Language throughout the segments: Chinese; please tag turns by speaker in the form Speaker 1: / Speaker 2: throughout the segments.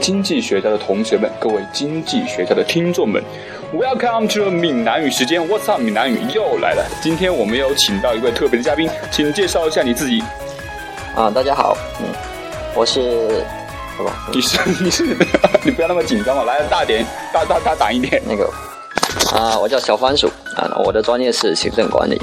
Speaker 1: 经济学家的同学们，各位经济学家的听众们，Welcome to 闽南语时间，What's up 闽南语又来了。今天我们有请到一位特别的嘉宾，请介绍一下你自己。
Speaker 2: 啊，大家好，嗯，我是，好吧，
Speaker 1: 你是你是你不要那么紧张嘛，来大点，大大大胆一点。
Speaker 2: 那个，啊，我叫小番薯，啊，我的专业是行政管理，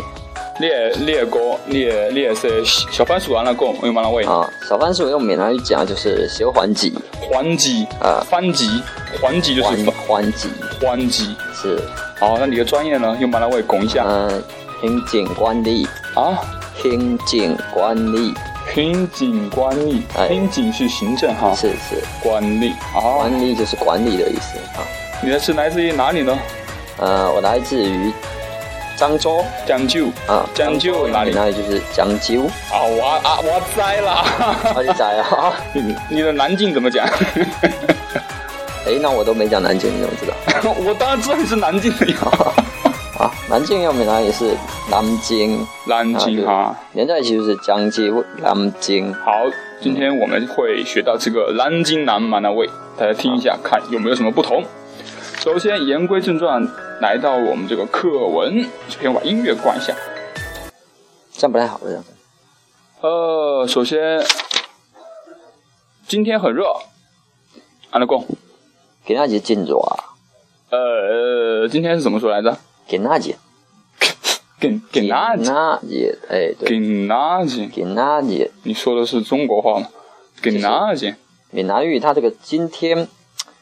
Speaker 1: 你也你也哥，你也你也是小番薯完了讲，有吗？那位
Speaker 2: 啊，小番薯用闽南语讲就是小环鸡，
Speaker 1: 环吉
Speaker 2: 啊
Speaker 1: 番吉环吉就是
Speaker 2: 环环鸡
Speaker 1: 环吉。
Speaker 2: 是，
Speaker 1: 好，那你的专业呢？用马来位拱一下
Speaker 2: 嗯、行政管理，
Speaker 1: 啊。
Speaker 2: 行政管理
Speaker 1: 行警管理，
Speaker 2: 哎
Speaker 1: 行警是行政哈，
Speaker 2: 是是，
Speaker 1: 管理啊。
Speaker 2: 管理就是管理的意思啊，
Speaker 1: 你的是来自于哪里呢？
Speaker 2: 呃，我来自于漳州
Speaker 1: 讲究
Speaker 2: 啊，
Speaker 1: 漳州哪里
Speaker 2: 闽南语就是漳 州，
Speaker 1: 啊，我啊我栽啦。
Speaker 2: 我就在啊，
Speaker 1: 你你的南京怎么 讲？
Speaker 2: 哎，那我都没讲南京，你怎么知道？
Speaker 1: 我当然知道你是南京的呀。
Speaker 2: 啊，南京用闽南语是南京。
Speaker 1: 南京哈，
Speaker 2: 连在一起就是江西南京
Speaker 1: 好，今天我们会学到这个南京南蛮的味，大家听一下，看有没有什么不同。首先，言归正传，来到我们这个课文，首先我把音乐关一下。
Speaker 2: 这样不太好这样子。
Speaker 1: 呃，首先，今天很热，安德贡，
Speaker 2: 给那集进入啊，
Speaker 1: 呃，今天是怎么说来着？
Speaker 2: 给那集，
Speaker 1: 给给哪
Speaker 2: 给
Speaker 1: 几？
Speaker 2: 那集，哎，对，
Speaker 1: 给哪几？
Speaker 2: 给那集。
Speaker 1: 你说的是中国话吗？给哪几？
Speaker 2: 闽南语它这个今天，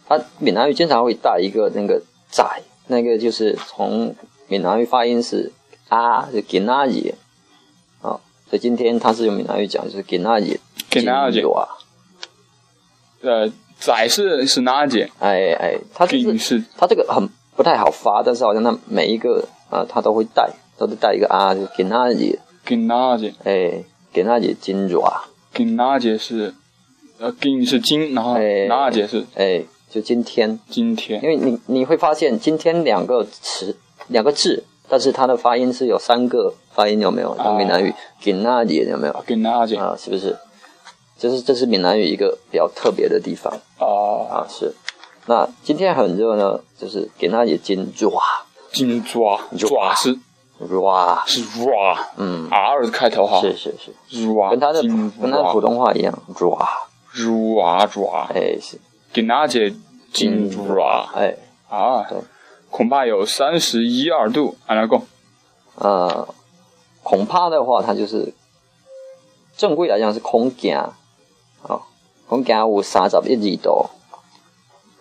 Speaker 2: 它闽南语经常会带一个那个在，那个就是从闽南语发音是啊，就给那集啊，所以今天它是用闽南语讲，就是给那集，
Speaker 1: 给哪几
Speaker 2: 进入？啊，
Speaker 1: 呃，宰是是哪几？
Speaker 2: 哎哎，它就
Speaker 1: 给
Speaker 2: 是
Speaker 1: 是
Speaker 2: 它这个很不太好发，但是好像它每一个啊、它都会带，都会带一个啊，就给那集。
Speaker 1: 给哪几？
Speaker 2: 哎，给那姐金主啊，
Speaker 1: 给哪解是，呃，给是今，然后
Speaker 2: 哎
Speaker 1: 哪解是
Speaker 2: 哎，就今天，
Speaker 1: 今天
Speaker 2: 因为你你会发现今天两个词两个字，但是它的发音是有三个发音，有没有？像闽南语给那姐有没有？
Speaker 1: 给哪解啊
Speaker 2: 啊，是不是？就是这是闽南语一个比较特别的地方啊，是。那今天很热呢，就是给那姐金主啊，
Speaker 1: 金抓
Speaker 2: 抓
Speaker 1: 抓是
Speaker 2: 哇，
Speaker 1: 是 ra
Speaker 2: 啊嗯，
Speaker 1: r 开头哈
Speaker 2: 是是是，
Speaker 1: ，ra
Speaker 2: 跟它的
Speaker 1: 金
Speaker 2: 跟它的普通话一样，哇，
Speaker 1: 抓抓，
Speaker 2: 哎是，
Speaker 1: 给哪解金抓
Speaker 2: 哎。
Speaker 1: 啊
Speaker 2: 对？
Speaker 1: 恐怕有三十一二度，俺来讲
Speaker 2: 呃，恐怕的话，它就是正规来讲是恐惊，哦，恐惊有三十一字度，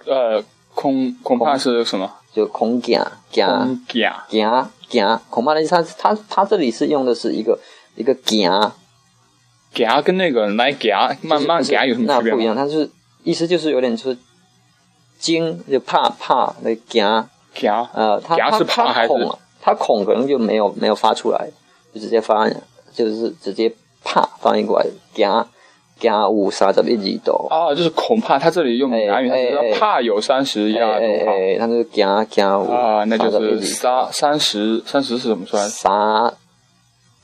Speaker 1: 呃，恐恐怕是什么？
Speaker 2: 就恐惊惊
Speaker 1: 恐惊
Speaker 2: 惊惊，恐怕的意思它它它这里是用的是一个一个惊，
Speaker 1: 惊跟那个来惊慢慢
Speaker 2: 就是
Speaker 1: 惊有什么
Speaker 2: 那
Speaker 1: 区别
Speaker 2: 不一
Speaker 1: 吗？
Speaker 2: 样，它是意思就是有点就是惊就怕怕那个惊，
Speaker 1: 惊
Speaker 2: 呃，它
Speaker 1: 惊
Speaker 2: 它
Speaker 1: 是怕还
Speaker 2: 它
Speaker 1: 是
Speaker 2: 恐它恐啊可能就没有没有发出来，就直接发就是直接怕翻译过来惊惊有三十一字度。
Speaker 1: 啊，就是恐怕他这里用闽南语，他
Speaker 2: 哎哎
Speaker 1: 只
Speaker 2: 哎
Speaker 1: 是怕有三十一二
Speaker 2: 哎
Speaker 1: 度哈。
Speaker 2: 哎哎，他就是惊惊有
Speaker 1: 啊，那就是
Speaker 2: 三十
Speaker 1: 沙三十三十是怎么算？
Speaker 2: 沙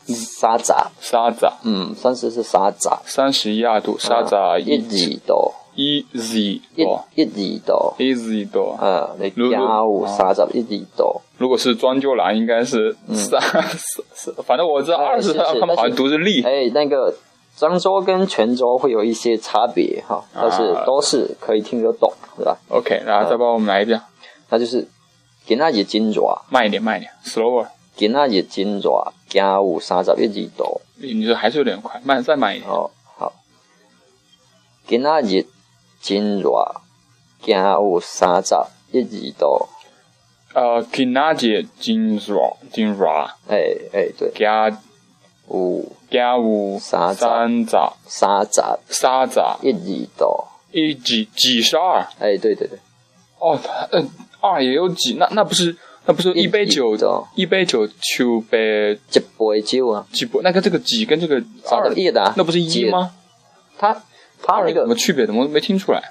Speaker 2: 沙杂，
Speaker 1: 沙子啊，
Speaker 2: 嗯，三十是沙杂，
Speaker 1: 三十一二度，沙子啊
Speaker 2: 一
Speaker 1: 一
Speaker 2: 字多，
Speaker 1: 一 z
Speaker 2: 一
Speaker 1: 多
Speaker 2: 一字多，
Speaker 1: 一 z 多。
Speaker 2: 呃，你
Speaker 1: 如哦
Speaker 2: 惊有三十一字多，
Speaker 1: 如果是装修栏，应该是三四四，反正我知道
Speaker 2: 嗯哎
Speaker 1: 二十，
Speaker 2: 是是
Speaker 1: 他们好像读是力
Speaker 2: 哎，那个漳州跟泉州会有一些差别哈，但是
Speaker 1: 啊
Speaker 2: 都是可以听得懂，对吧？
Speaker 1: OK，然
Speaker 2: 啊
Speaker 1: 后再帮我们来一遍，
Speaker 2: 那就是今仔日真热，
Speaker 1: 慢一点，慢一点，slower。
Speaker 2: 今仔日真热，惊有三十一字多。
Speaker 1: 你你这还是有点快，慢，再慢一点。
Speaker 2: 哦，好。今仔日真热，今有三十一二度。
Speaker 1: 呃，今仔日真热，真热，
Speaker 2: 哎哎，对，
Speaker 1: 今
Speaker 2: 有
Speaker 1: 今有
Speaker 2: 三十
Speaker 1: 三十、
Speaker 2: 三十
Speaker 1: 三十、
Speaker 2: 一二度。
Speaker 1: 一几几十二。
Speaker 2: 哎，对对对，
Speaker 1: 哦，呃，二也有几？那那不是那不是一杯酒
Speaker 2: 一哦的
Speaker 1: 一杯酒九杯
Speaker 2: 一杯酒啊，
Speaker 1: 几不？那跟这个几跟这个
Speaker 2: 三
Speaker 1: 二
Speaker 2: 十一的啊，
Speaker 1: 那不是一
Speaker 2: 几？
Speaker 1: 吗？
Speaker 2: 它它
Speaker 1: 二
Speaker 2: 那
Speaker 1: 有什
Speaker 2: 个
Speaker 1: 么区别的？我都没听出来。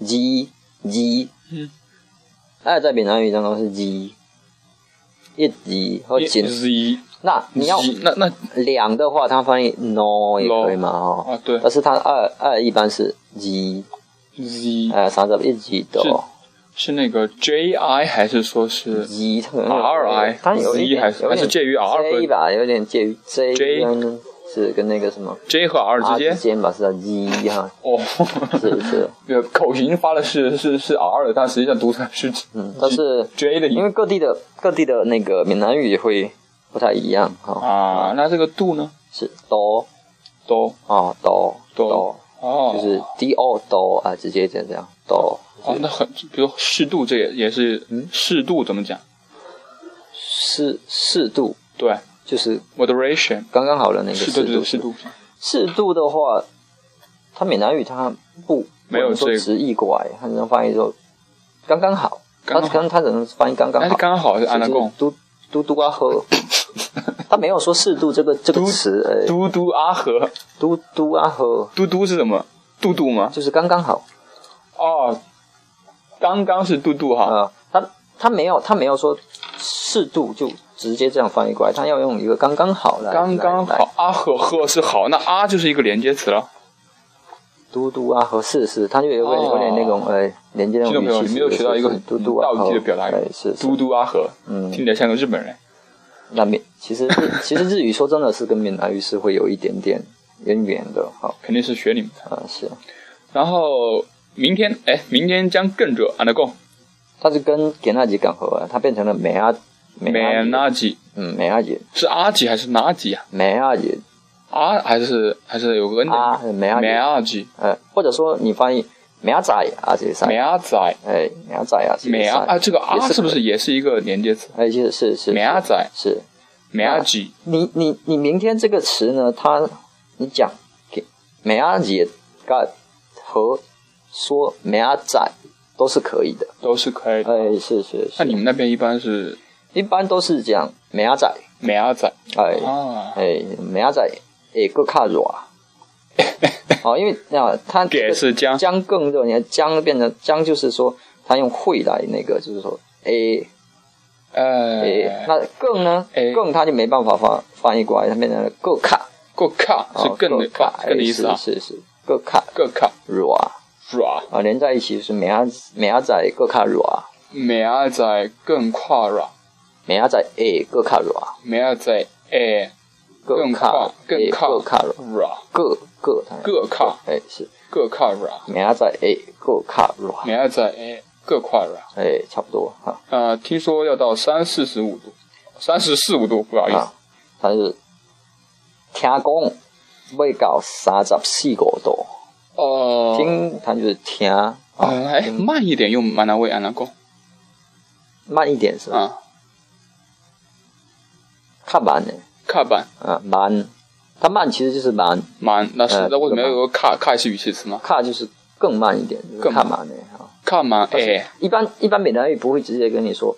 Speaker 2: 一一，
Speaker 1: 嗯，
Speaker 2: 哎，在闽南语当中是一，一二和
Speaker 1: 一
Speaker 2: 紧。
Speaker 1: z
Speaker 2: 那你要
Speaker 1: z 那那
Speaker 2: 两的话，它翻译 no 也可以嘛，哦。
Speaker 1: 啊对
Speaker 2: 但是它二二一般是一
Speaker 1: z
Speaker 2: 呃，三十一级的
Speaker 1: 是是那个 j i 还是说是
Speaker 2: G，它可能有
Speaker 1: r i
Speaker 2: 它有一
Speaker 1: z
Speaker 2: 点
Speaker 1: 还是
Speaker 2: 有
Speaker 1: 还
Speaker 2: 一
Speaker 1: 是
Speaker 2: 点
Speaker 1: 介于 r
Speaker 2: J
Speaker 1: 和
Speaker 2: 吧，有点介于 J
Speaker 1: J
Speaker 2: 跟是跟那个什么
Speaker 1: j 和 r 之
Speaker 2: R 之
Speaker 1: 间？
Speaker 2: 间吧，是叫 G 哈，
Speaker 1: 哦，
Speaker 2: 是是，
Speaker 1: 呃口型发的是是是 r 的，但实际上读的是
Speaker 2: 嗯，但是
Speaker 1: j 的音
Speaker 2: 因为各地的各地的那个闽南语也会不太一样哈、
Speaker 1: 啊。那这个 do 呢？
Speaker 2: 是哆
Speaker 1: do
Speaker 2: 啊哆
Speaker 1: 哆
Speaker 2: 哆，
Speaker 1: 哦，
Speaker 2: 就是 D O 哆啊，直接这样哆。
Speaker 1: 哦，那很，比如适度，这也也是
Speaker 2: 嗯
Speaker 1: 适度怎么讲？
Speaker 2: 适适度
Speaker 1: 对
Speaker 2: 就是
Speaker 1: ，moderation，
Speaker 2: 刚刚好的那个
Speaker 1: 适度
Speaker 2: 适
Speaker 1: 就
Speaker 2: 度啊
Speaker 1: 是适度。
Speaker 2: 适度的话，它闽南语它不
Speaker 1: 没有
Speaker 2: 不能说
Speaker 1: 这个
Speaker 2: 直译过来，它只能翻译说刚刚好，它
Speaker 1: 刚刚好
Speaker 2: 可能它只能翻译刚刚
Speaker 1: 但是
Speaker 2: 好，
Speaker 1: 刚好是安娜贡，
Speaker 2: 嘟嘟嘟 啊喝，它没有说适度这个这个
Speaker 1: 嘟
Speaker 2: 词，呃，
Speaker 1: 嘟嘟阿和，
Speaker 2: 嘟嘟啊喝
Speaker 1: 嘟嘟是什么？嘟嘟吗？
Speaker 2: 就是刚刚好
Speaker 1: 哦，刚刚是嘟嘟哈。
Speaker 2: 啊，它它没有它没有说适度就直接这样翻译过来，它要用一个刚刚好来
Speaker 1: 刚刚
Speaker 2: 来来
Speaker 1: 好，阿和和是好，那阿就是一个连接词了。
Speaker 2: 嘟嘟啊和是是，它就有点
Speaker 1: 哦
Speaker 2: 有点那种呃连接那
Speaker 1: 听众
Speaker 2: 种语
Speaker 1: 朋友，
Speaker 2: 气
Speaker 1: 你
Speaker 2: 是，
Speaker 1: 没有学到一个
Speaker 2: 是是
Speaker 1: 很
Speaker 2: 嘟嘟啊
Speaker 1: 道
Speaker 2: 喝
Speaker 1: 地的表达语
Speaker 2: 哎，是是
Speaker 1: 嘟嘟阿和，
Speaker 2: 嗯
Speaker 1: 听起来像个日本人。
Speaker 2: 那闽其实 日其实日语说真的是跟闽南语是会有一点点渊源的，好
Speaker 1: 肯定是学你们的。
Speaker 2: 啊是，
Speaker 1: 然后明天，哎，明天将更着安娜贡，
Speaker 2: 它是跟给那吉港合啊，它变成了美阿美阿
Speaker 1: 美
Speaker 2: 吉
Speaker 1: 纳吉
Speaker 2: 嗯美阿姐
Speaker 1: 是阿吉还是哪吉呀？
Speaker 2: 美阿姐
Speaker 1: 啊，还是还是有个 N
Speaker 2: 啊
Speaker 1: 的
Speaker 2: 美阿
Speaker 1: 嗯梅
Speaker 2: 姐
Speaker 1: 阿吉、
Speaker 2: 呃或者说你翻译美阿仔啊这
Speaker 1: 梅
Speaker 2: 些
Speaker 1: 阿仔、
Speaker 2: 哎美阿仔啊这
Speaker 1: 梅
Speaker 2: 些
Speaker 1: 阿啊，这个啊
Speaker 2: 也是
Speaker 1: 是不是也是一个连接词？
Speaker 2: 哎是是是
Speaker 1: 梅阿仔、
Speaker 2: 是
Speaker 1: 梅阿吉，
Speaker 2: 你你你明天这个词呢，它你讲给美阿姐干和说美阿仔都是可以的，
Speaker 1: 都是可以的。
Speaker 2: 哎是是
Speaker 1: 那
Speaker 2: 是
Speaker 1: 你。们那边一般是
Speaker 2: 一般都是讲明仔载，
Speaker 1: 梅阿仔
Speaker 2: 哎
Speaker 1: 啊？
Speaker 2: 哎，明仔载会搁较热。啊 哦，因为啊，它这
Speaker 1: 给
Speaker 2: 个
Speaker 1: 是将
Speaker 2: 将更热，你看将变成将，就是说它用会来那个，就是说 a 哎，
Speaker 1: 呃，
Speaker 2: 那更呢
Speaker 1: 哎
Speaker 2: 更它就没办法翻翻译过来，它变成了更卡，
Speaker 1: 够卡
Speaker 2: 哦
Speaker 1: 是更的
Speaker 2: 更卡
Speaker 1: 哦，更的意思啊，
Speaker 2: 是是是更卡
Speaker 1: 够卡
Speaker 2: 热啊，
Speaker 1: ra
Speaker 2: 连在一起就是明仔明仔载更卡啊热，
Speaker 1: 梅阿仔更跨 ra
Speaker 2: 明仔载 a 更卡热，
Speaker 1: 梅阿仔哎更
Speaker 2: 更
Speaker 1: 跨
Speaker 2: 卡
Speaker 1: 更跨
Speaker 2: 更卡热，啊
Speaker 1: ra
Speaker 2: 各各
Speaker 1: 各卡
Speaker 2: 哎是。
Speaker 1: 各跨 ra
Speaker 2: 明仔载会过卡热，
Speaker 1: 梅阿仔哎各跨 ra。
Speaker 2: 哎，差不多哈
Speaker 1: 啊，听说要到三四十五度，三十四五度，不好意思
Speaker 2: 啊。，但是听讲未到三十四五度，
Speaker 1: 哦，
Speaker 2: 听它就是听啊，
Speaker 1: 嗯，哎，慢一点用马南威安南贡
Speaker 2: 慢一点是吧？
Speaker 1: 啊，
Speaker 2: 较慢的
Speaker 1: 卡板
Speaker 2: 啊，慢，它慢其实就是慢，
Speaker 1: 满，那是
Speaker 2: 呃
Speaker 1: 那为什么要有个卡卡也是语气词吗？
Speaker 2: 卡就是更慢一点，就是
Speaker 1: 更
Speaker 2: 较
Speaker 1: 慢
Speaker 2: 慢的哈。
Speaker 1: 卡满
Speaker 2: 啊
Speaker 1: 哎，
Speaker 2: 一般一般闽南语不会直接跟你说，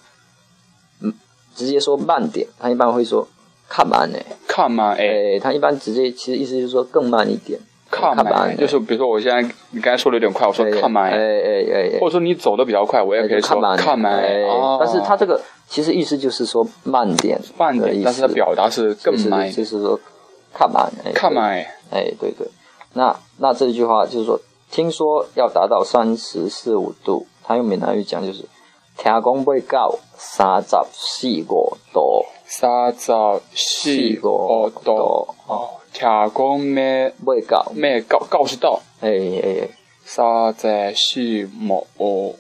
Speaker 2: 嗯，直接说慢点，他一般会说较慢的，
Speaker 1: 卡满哎，
Speaker 2: 哎，他一般直接其实意思就是说更慢一点，
Speaker 1: 卡
Speaker 2: 较慢
Speaker 1: 满，
Speaker 2: 的
Speaker 1: 就是比如说我现在你刚才说的有点快，我说
Speaker 2: 哎
Speaker 1: 卡满
Speaker 2: 哎
Speaker 1: 哎，
Speaker 2: 哎哎哎
Speaker 1: 或，者说你走的比较快，我也可以说
Speaker 2: 看慢
Speaker 1: 卡满哎
Speaker 2: 哎，
Speaker 1: 哦
Speaker 2: 但是它这个其实意思就是说慢点，
Speaker 1: 慢
Speaker 2: 的
Speaker 1: 点，
Speaker 2: 意
Speaker 1: 但是它
Speaker 2: 思
Speaker 1: 表达是更慢一
Speaker 2: 就
Speaker 1: 点，
Speaker 2: 是就是说看慢，哎
Speaker 1: 卡满哎，
Speaker 2: 对哎，对对。那那这句话就是说，听说要达到三十四五度，他用闽南语讲就是听讲未到三十四五度，
Speaker 1: 三十四
Speaker 2: 四
Speaker 1: 五
Speaker 2: 五
Speaker 1: 度，
Speaker 2: 度
Speaker 1: 哦，听讲咩
Speaker 2: 未到，
Speaker 1: 咩告告示到。
Speaker 2: 哎哎，哎
Speaker 1: 三十四五五，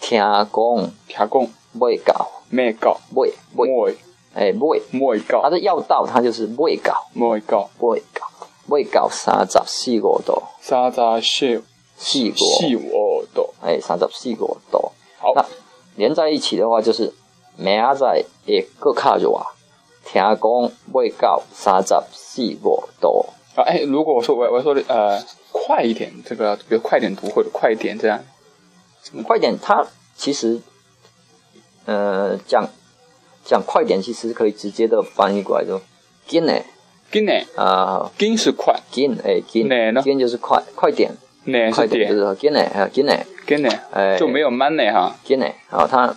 Speaker 2: 听讲
Speaker 1: 哦听讲
Speaker 2: 未到，
Speaker 1: 咩到
Speaker 2: 未未
Speaker 1: 未
Speaker 2: 哎未，
Speaker 1: 未
Speaker 2: 他
Speaker 1: 到
Speaker 2: 的要到，他就是未到，
Speaker 1: 未到，
Speaker 2: 未到，未到三十四五度，
Speaker 1: 三十四
Speaker 2: 四五。
Speaker 1: 四五度。
Speaker 2: 哎，三十四个度。
Speaker 1: 哦好，
Speaker 2: 那连在一起的话，就是明仔载会搁较热，啊听讲未到三十四五度。
Speaker 1: 啊，哎，如果我说我我说的呃快一点，这个比如快点读或者快一点这样，
Speaker 2: 快点，它其实，呃，讲讲快点，其实可以直接的翻译过来就紧诶
Speaker 1: 紧呢，
Speaker 2: 啊，哎
Speaker 1: 紧是快，
Speaker 2: 紧诶紧
Speaker 1: 哪呢
Speaker 2: 紧就是快快点，
Speaker 1: 呢
Speaker 2: 快
Speaker 1: 是
Speaker 2: 点就
Speaker 1: 点，
Speaker 2: 是说紧诶啊紧诶
Speaker 1: 紧呢
Speaker 2: 哎
Speaker 1: 就没有慢呢哈，
Speaker 2: 紧诶，然后它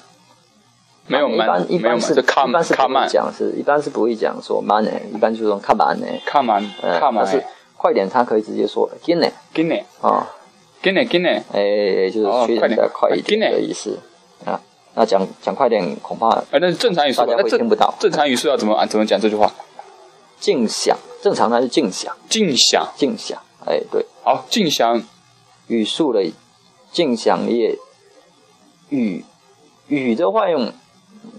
Speaker 1: 没有
Speaker 2: 一
Speaker 1: 慢，
Speaker 2: 啊般一
Speaker 1: 没有
Speaker 2: 般
Speaker 1: 慢，
Speaker 2: 是
Speaker 1: 这卡
Speaker 2: 一般是
Speaker 1: 卡
Speaker 2: 不会
Speaker 1: 慢，
Speaker 2: 讲是一般是不会讲说慢诶，一般就是说较慢诶。
Speaker 1: 卡慢
Speaker 2: 呃，
Speaker 1: 卡
Speaker 2: 但
Speaker 1: 慢哎
Speaker 2: 是，快点，他可以直接说 “gin 呢
Speaker 1: 紧呢
Speaker 2: 啊，
Speaker 1: 给呢给呢，
Speaker 2: 哎，
Speaker 1: 哦
Speaker 2: 就是去的快一
Speaker 1: 哎
Speaker 2: 点的意思啊。那讲讲快点，恐怕
Speaker 1: 啊，那是正常语速吧，
Speaker 2: 大家
Speaker 1: 那
Speaker 2: 会
Speaker 1: 正
Speaker 2: 听不到
Speaker 1: 正常语速要怎么啊？怎么讲这句话？
Speaker 2: 静想，正常它是静想，
Speaker 1: 静享，
Speaker 2: 静想，哎，对，
Speaker 1: 好，静享，
Speaker 2: 语速的静想也语语的话用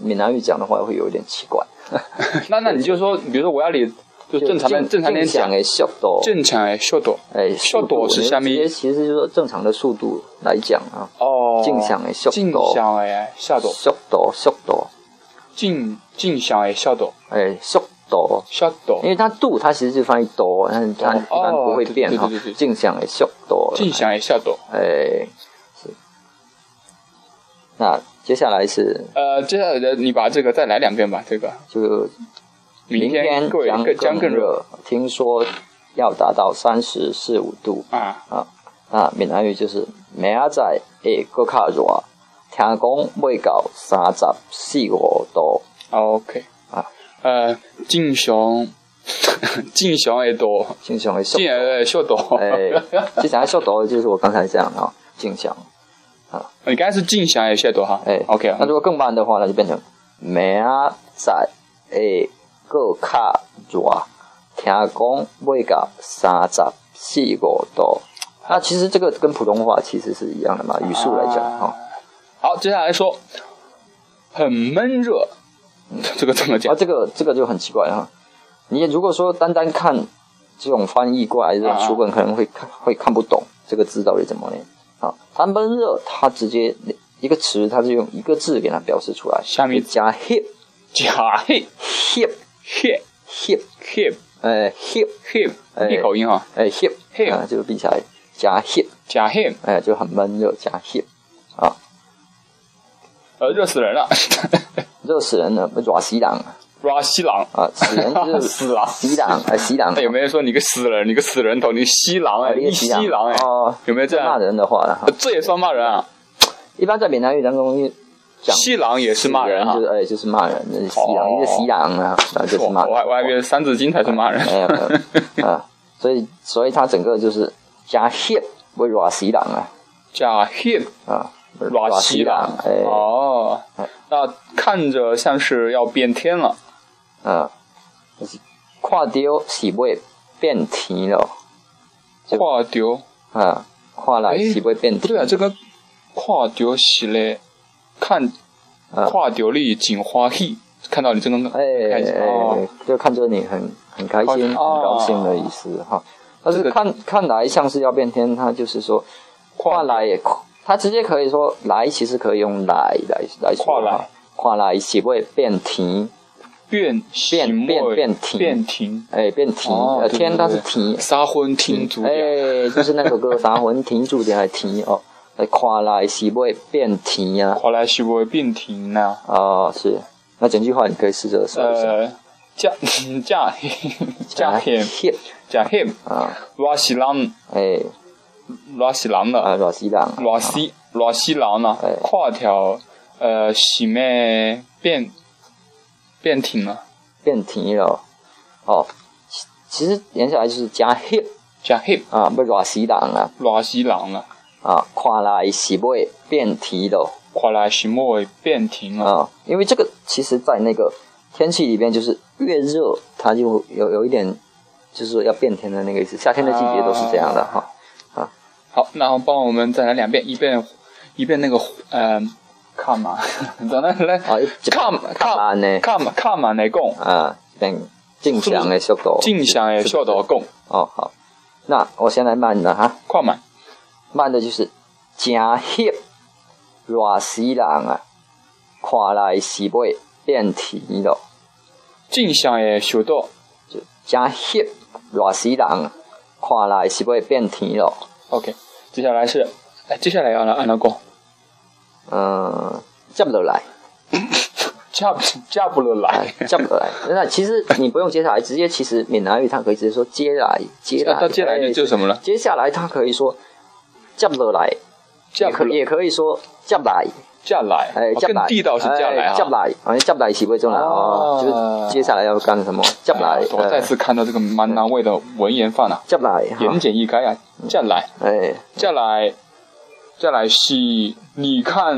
Speaker 2: 闽南语讲的话会有一点奇怪，
Speaker 1: 那那你就说，比如说我要你，就正常的
Speaker 2: 静
Speaker 1: 正常点
Speaker 2: 静想
Speaker 1: 讲，
Speaker 2: 哎，小多，
Speaker 1: 正常哎，速度
Speaker 2: 哎，
Speaker 1: 速度是下
Speaker 2: 下
Speaker 1: 面
Speaker 2: 其实就是说正常的速度来讲啊，
Speaker 1: 哦，
Speaker 2: 静享哎，小
Speaker 1: 静
Speaker 2: 多，
Speaker 1: 享哎，下度，
Speaker 2: 小多，小多，
Speaker 1: 静静享哎，下度，
Speaker 2: 哎，小多。
Speaker 1: 下度
Speaker 2: 因，为它度它其实就翻译多，但是它一般不会变
Speaker 1: 哦
Speaker 2: 哈
Speaker 1: 对对对对对。
Speaker 2: 静想也小多，
Speaker 1: 静享哎，下度。
Speaker 2: 哎是。那接下来是
Speaker 1: 呃，接下来的你把这个再来两遍吧，这个
Speaker 2: 就
Speaker 1: 明
Speaker 2: 天
Speaker 1: 各位
Speaker 2: 将
Speaker 1: 更将更热
Speaker 2: 热，听说要达到三十四五度
Speaker 1: 啊，
Speaker 2: 啊。那闽南语就是明仔载会搁较热，听讲未到三十四五度，
Speaker 1: OK
Speaker 2: 啊，
Speaker 1: 呃，敬雄， 敬雄也多，
Speaker 2: 经常 会受
Speaker 1: 敬哎秀多。
Speaker 2: 哎，经常受度就是我刚才讲的啊，静想。
Speaker 1: 你刚才是敬翔也秀多哈？
Speaker 2: 哎
Speaker 1: o k
Speaker 2: 那如果更慢的话，那就变成明仔会搁较热，听讲未到三十四五度。那其实这个跟普通话其实是一样的嘛，语速来讲
Speaker 1: 啊
Speaker 2: 哈、
Speaker 1: 好，接下来说很闷热， 这个怎么
Speaker 2: 啊，
Speaker 1: 讲？
Speaker 2: 这个这个就很奇怪哈、你如果说单单看这种翻译过来的这
Speaker 1: 啊
Speaker 2: 种书本，可能会看会看不懂这个字到底怎么念啊。它闷热，它直接一个词，它是用一个字给它表示出来，
Speaker 1: 下面
Speaker 2: 加 hip
Speaker 1: 假嘿
Speaker 2: hip
Speaker 1: hip
Speaker 2: hip，
Speaker 1: hip
Speaker 2: 呃 hip。
Speaker 1: hip，
Speaker 2: 哎
Speaker 1: 闭口音哈，
Speaker 2: 哎 hip
Speaker 1: Hip
Speaker 2: 啊、就比起来加 hip，
Speaker 1: 假 hip，
Speaker 2: 哎就很闷热加 hip 啊，
Speaker 1: 呃，热死人了，
Speaker 2: 热死人了，热死人啊
Speaker 1: 拉西郎。
Speaker 2: 啊，死 人就是
Speaker 1: 死了
Speaker 2: 死人哎死人，
Speaker 1: 那有没有说你个死人，你个死人头，你西郎哎，
Speaker 2: 啊
Speaker 1: 你西郎哎，
Speaker 2: 哦，
Speaker 1: 有没有 这样
Speaker 2: 骂人的话了哈
Speaker 1: 呃？这也算骂人啊？
Speaker 2: 一般在闽南语当中讲
Speaker 1: 西郎也是骂人啊哈
Speaker 2: 就。是哎就是骂人，就是死人，
Speaker 1: 哦
Speaker 2: 一个死人啊，然后就是骂哎
Speaker 1: 我还我还以为《三字经》才是骂人。
Speaker 2: 没有没有 啊，所以所以他整个就是加 hip 为热死人啊
Speaker 1: 假 hip
Speaker 2: 啊，
Speaker 1: 拉西郎
Speaker 2: 热死人哎。
Speaker 1: 哦，那看着像是要变天了，
Speaker 2: 嗯，就是看到是会变甜了，就
Speaker 1: 跨丢
Speaker 2: 啊，看来是会变
Speaker 1: 不对啊，
Speaker 2: 甜，
Speaker 1: 这个跨丢喜嘞，看
Speaker 2: 啊
Speaker 1: 跨丢里锦花 he，看到你这个
Speaker 2: 哎
Speaker 1: 开心哦
Speaker 2: 哎，就看着你很很开心、很
Speaker 1: 哦
Speaker 2: 高兴的意思哈。但
Speaker 1: 这
Speaker 2: 是
Speaker 1: 个
Speaker 2: 看看来像是要变天，它就是说
Speaker 1: 跨
Speaker 2: 看来也，它直接可以说来，其实可以用来来来说
Speaker 1: 看来
Speaker 2: 哈，看来是会变甜，
Speaker 1: 变
Speaker 2: 变变
Speaker 1: 形
Speaker 2: 变停
Speaker 1: 变停，
Speaker 2: 哎，变甜，
Speaker 1: 哦
Speaker 2: 呃，
Speaker 1: 对
Speaker 2: 天
Speaker 1: 对
Speaker 2: 它是
Speaker 1: 对
Speaker 2: 甜，
Speaker 1: 杀昏停足点，
Speaker 2: 哎，就是那首歌《啥魂停住点》还甜哦，哎，看来是会变甜呀、
Speaker 1: 跨来是不会变停呢？
Speaker 2: 哦，是，那整句话你可以试着说一下。哎
Speaker 1: 呃， 假假假 hip
Speaker 2: 片
Speaker 1: 假 hip
Speaker 2: 啊，
Speaker 1: 拉西郎
Speaker 2: 哎
Speaker 1: 拉西郎了。
Speaker 2: 啊，热死人，
Speaker 1: 热死热死人啦
Speaker 2: 哎，
Speaker 1: 看条呃是咩变变停了，
Speaker 2: 变甜了。哦，其其实连下来就是加 hip
Speaker 1: 加 hip
Speaker 2: 啊，要热死人啊
Speaker 1: 热死人啦，
Speaker 2: 啊，看来是会变甜了
Speaker 1: 看来是莫会变停了，
Speaker 2: 啊，因为这个其实在那个天气里边，就是越热它就有有一点，就是说要变天的那个意思。夏天的季节都是这样的哈。
Speaker 1: 好，然后帮我们再来两遍，一遍一遍那个呃看嘛， 咱来来
Speaker 2: 啊，一
Speaker 1: 看嘛
Speaker 2: 看嘛呢
Speaker 1: 看嘛看嘛来讲，
Speaker 2: 啊，变静祥的速度，
Speaker 1: 静想也笑到讲，
Speaker 2: 哦好，那我先来慢的哈。
Speaker 1: 看嘛
Speaker 2: 慢的就是真翕，热死人啊！看来是要变甜了，
Speaker 1: 静想也笑到，
Speaker 2: 就真翕，热死人啊！看来是要变甜了。
Speaker 1: OK，接下来是哎接下来要按按照讲，
Speaker 2: 嗯，接不落来，
Speaker 1: 加加不落来
Speaker 2: 哎。接不落来。 那其实你不用接下来，直接其实闽南语它可以直接说接来，接来，
Speaker 1: 啊到接下来就
Speaker 2: 哎
Speaker 1: 就是什么了？
Speaker 2: 接下来它可以说接不落来，
Speaker 1: 加
Speaker 2: 也
Speaker 1: 不
Speaker 2: 可
Speaker 1: 落
Speaker 2: 也可以说接不来。
Speaker 1: 嫁来，
Speaker 2: 哎，
Speaker 1: 哦
Speaker 2: 接
Speaker 1: 更
Speaker 2: 来
Speaker 1: 地道是嫁来啊
Speaker 2: 哎接
Speaker 1: 哈。
Speaker 2: 来，好像接来是会中来哦，
Speaker 1: 哦
Speaker 2: 就是接下来要干什么？接
Speaker 1: 哎
Speaker 2: 来，
Speaker 1: 我再
Speaker 2: 呃
Speaker 1: 次看到这个蛮南味的文言范啊，
Speaker 2: 接来哈
Speaker 1: 言简意赅啊，再来，
Speaker 2: 哎，
Speaker 1: 再来，再来是，你看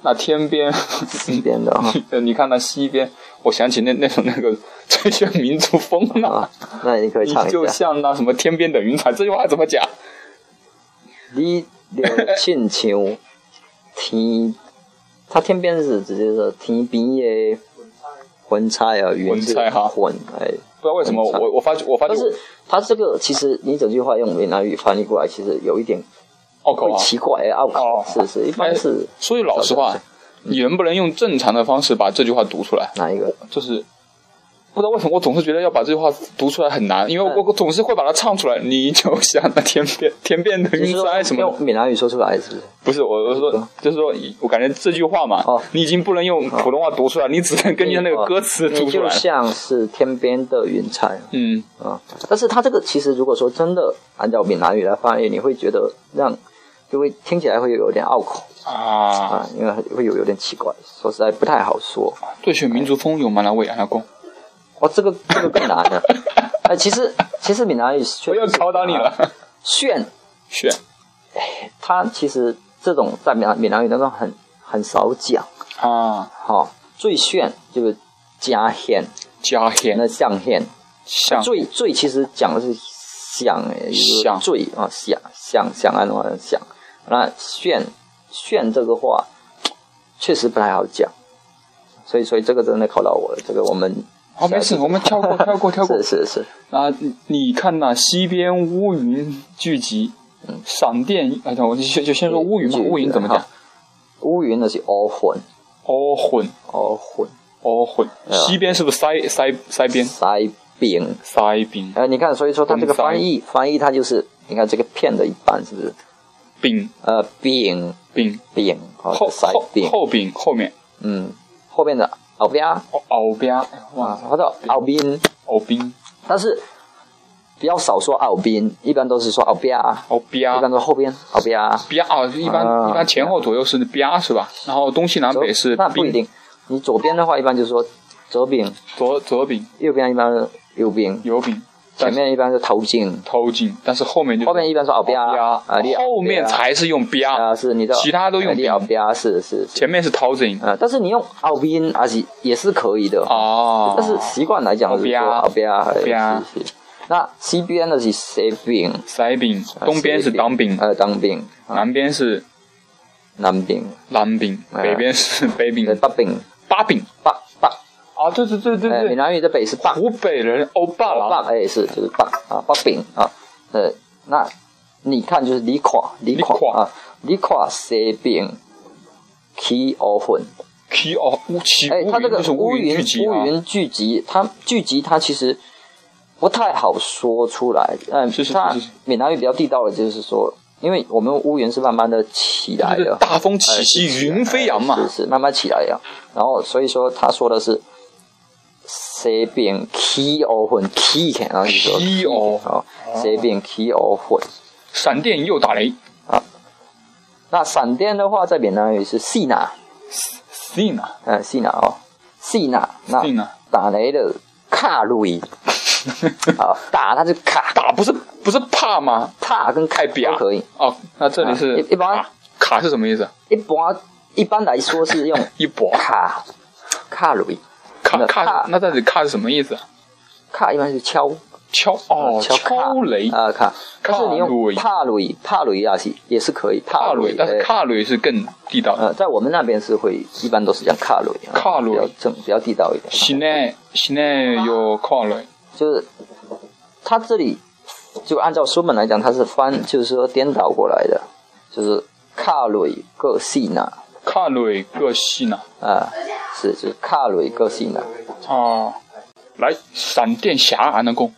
Speaker 1: 那天边，
Speaker 2: 西边的 哈
Speaker 1: 你看那西边，我想起那那种那个最炫民族风了、
Speaker 2: 啊，那你可以
Speaker 1: 你
Speaker 2: 唱一
Speaker 1: 就
Speaker 2: 下。
Speaker 1: 像那什么天边的云彩，这句话怎么讲？
Speaker 2: 你就亲像天，它天边是直接说天边的云彩啊，云是
Speaker 1: 云彩哈
Speaker 2: 混哎，
Speaker 1: 不知道为什么，
Speaker 2: 很长
Speaker 1: 我我发觉我发觉
Speaker 2: 但是它这个其实你整句话用闽南语翻译过来，其实有一点
Speaker 1: 拗口
Speaker 2: 会
Speaker 1: 啊。
Speaker 2: 奇怪，哎拗口
Speaker 1: 哦
Speaker 2: 是是，一般是
Speaker 1: 说句老实话
Speaker 2: 是，
Speaker 1: 你能不能用正常的方式把这句话读出来？
Speaker 2: 哪一个？
Speaker 1: 就是不知道为什么，我总是觉得要把这句话读出来很难，因为
Speaker 2: 嗯
Speaker 1: 我我总是会把它唱出来。你就像那天边 天边的
Speaker 2: 你
Speaker 1: 云
Speaker 2: 是
Speaker 1: 彩
Speaker 2: 说
Speaker 1: 什么的
Speaker 2: 用闽南语说出来是不是？
Speaker 1: 不是，我我是说，就是说，我感觉这句话嘛，
Speaker 2: 哎哦
Speaker 1: 你已经不能用普通话读出来，你只能根据那个歌词读
Speaker 2: 哦你
Speaker 1: 出
Speaker 2: 就
Speaker 1: 来。
Speaker 2: 像是天边的云彩
Speaker 1: 嗯，
Speaker 2: 啊、但是它这个其实如果说真的按照闽南语来翻译，你会觉得让就会听起来会有点拗口
Speaker 1: 啊，
Speaker 2: 啊，因为会有有点奇怪，说实在不太好说。
Speaker 1: 最炫民族风有吗？那位安拉公，
Speaker 2: 哦，这个这个更难了。 哎，其实其实闽南语
Speaker 1: 我
Speaker 2: 确
Speaker 1: 又
Speaker 2: 实是
Speaker 1: 考倒你
Speaker 2: 啊
Speaker 1: 了，
Speaker 2: 炫，
Speaker 1: 炫
Speaker 2: 它其实这种在闽南闽南语当中很很少讲
Speaker 1: 啊，
Speaker 2: 哈、最炫就是加线，
Speaker 1: 家乡
Speaker 2: 那象限。
Speaker 1: 像
Speaker 2: 最最其实讲的是想哎，就是
Speaker 1: 啊想
Speaker 2: 最啊想想想安的话想，那炫炫这个话确实不太好讲，所以所以这个真的考到我了，这个我们
Speaker 1: 好，哦没事，我们跳过， 跳过，跳过
Speaker 2: 是。是是，
Speaker 1: 啊，你你看那西边乌云聚集，闪电，哎，等我就先就先说乌云吧，
Speaker 2: 嗯聚啊集
Speaker 1: 乌云怎么讲
Speaker 2: 哈？乌云那是凹混
Speaker 1: 哦混，
Speaker 2: 凹混
Speaker 1: 哦混，
Speaker 2: 哎呀
Speaker 1: 西边是不是塞塞塞边？
Speaker 2: 塞饼，
Speaker 1: 塞边
Speaker 2: 哎、你看所以说它这个
Speaker 1: 混嗯塞
Speaker 2: 翻译翻译它就是你看这个片的一半是不是？
Speaker 1: 饼
Speaker 2: 呃饼
Speaker 1: 饼
Speaker 2: 饼啊
Speaker 1: 后
Speaker 2: 塞
Speaker 1: 后
Speaker 2: 饼，
Speaker 1: 后饼后面。
Speaker 2: 嗯，后面的后边啊，
Speaker 1: 哦，敖边，哇，
Speaker 2: 它叫后边。
Speaker 1: 敖边，
Speaker 2: 但是比较少说奥宾，一般都是说奥比亚，
Speaker 1: 敖边
Speaker 2: 一，般都后边奥比亚。
Speaker 1: 边啊，一般
Speaker 2: 啊
Speaker 1: 一般前后左右是边是吧？然后东西南北是
Speaker 2: 那不一
Speaker 1: 兵，
Speaker 2: 定，你左边的话一般就是说左边，
Speaker 1: 左左饼
Speaker 2: 右边一般是右边，
Speaker 1: 右饼，但
Speaker 2: 前
Speaker 1: 是
Speaker 2: 面一般是头颈，
Speaker 1: 偷进，但是后面就
Speaker 2: 后面一般说奥比亚
Speaker 1: 边
Speaker 2: 啊，你
Speaker 1: 后面才是用边，
Speaker 2: 啊是你的，
Speaker 1: 其他都用
Speaker 2: 你奥比亚是是是，
Speaker 1: 前面是偷进
Speaker 2: 啊，但是你用奥宾而且也是可以的，
Speaker 1: 啊，
Speaker 2: 但是习惯来讲是说
Speaker 1: 奥啊
Speaker 2: 奥比亚，
Speaker 1: 比亚
Speaker 2: 是是那西边的是西边，啊
Speaker 1: 塞饼，东边是当饼，
Speaker 2: 呃，当兵，啊
Speaker 1: 南边是
Speaker 2: 南边，
Speaker 1: 南饼，
Speaker 2: 哎
Speaker 1: 北边是北饼
Speaker 2: 对，，北边，
Speaker 1: 八饼
Speaker 2: 北北。
Speaker 1: 啊，对对对对
Speaker 2: 哎，闽
Speaker 1: 对，
Speaker 2: 南语的北是棒，
Speaker 1: 湖北人欧巴
Speaker 2: 棒
Speaker 1: 郎，
Speaker 2: 哎是就是棒啊，棒饼啊，呃，那你看就是李垮李
Speaker 1: 李
Speaker 2: 垮
Speaker 1: 垮
Speaker 2: 啊，李垮西饼起乌混，
Speaker 1: 起哦乌起
Speaker 2: 哎，
Speaker 1: 乌
Speaker 2: 它这
Speaker 1: 云
Speaker 2: 个
Speaker 1: 就是
Speaker 2: 乌
Speaker 1: 云
Speaker 2: 云
Speaker 1: 聚集啊
Speaker 2: 乌，云聚集，它聚集它其实不太好说出来，嗯
Speaker 1: 是是，
Speaker 2: 它
Speaker 1: 是是
Speaker 2: 闽南语比较地道的就是说，因为我们乌云是慢慢的起来
Speaker 1: 就是
Speaker 2: 的，
Speaker 1: 大风起
Speaker 2: 哎
Speaker 1: 兮云飞扬嘛，
Speaker 2: 是是慢慢起来呀。然后所以说他说的是西边起哦混起起，然后就说
Speaker 1: 起哦
Speaker 2: 啊，西边起哦混。
Speaker 1: 闪电又打雷
Speaker 2: 那闪电的话，在闽南语是细呐，
Speaker 1: ，sin 啊
Speaker 2: 呃，细呐哦，细呐，那
Speaker 1: 细呐
Speaker 2: 打雷的卡路伊啊，打它就 卡
Speaker 1: 打不是不是怕吗？
Speaker 2: 踏跟开
Speaker 1: 哎，别
Speaker 2: 都可以。
Speaker 1: 哦，那这里是
Speaker 2: 啊一一般
Speaker 1: 啊卡是什么意思？
Speaker 2: 一般一般来说是用
Speaker 1: 一搏
Speaker 2: 卡卡路伊，
Speaker 1: 卡
Speaker 2: 那
Speaker 1: 卡
Speaker 2: 卡，
Speaker 1: 那这里卡是什么意思？
Speaker 2: 卡一般是敲。
Speaker 1: 敲哦，
Speaker 2: 敲卡
Speaker 1: 敲雷
Speaker 2: 啊卡，但是
Speaker 1: 卡
Speaker 2: 你用
Speaker 1: 雷
Speaker 2: 帕雷帕雷啊是也是可以
Speaker 1: 卡
Speaker 2: 帕
Speaker 1: 雷
Speaker 2: 雷，，
Speaker 1: 但是
Speaker 2: 哎
Speaker 1: 卡雷是更地道的。
Speaker 2: 呃在我们那边是会一般都是讲卡雷，啊
Speaker 1: 卡雷
Speaker 2: 比较正比较地道一点，
Speaker 1: 现在现在有卡雷
Speaker 2: 就是它这里就按照书本来讲，它是翻就是说颠倒过来的，就是卡雷个西呢
Speaker 1: 卡雷个西呢
Speaker 2: 啊是就是卡雷个西呢
Speaker 1: 啊，来闪电侠俺能 攻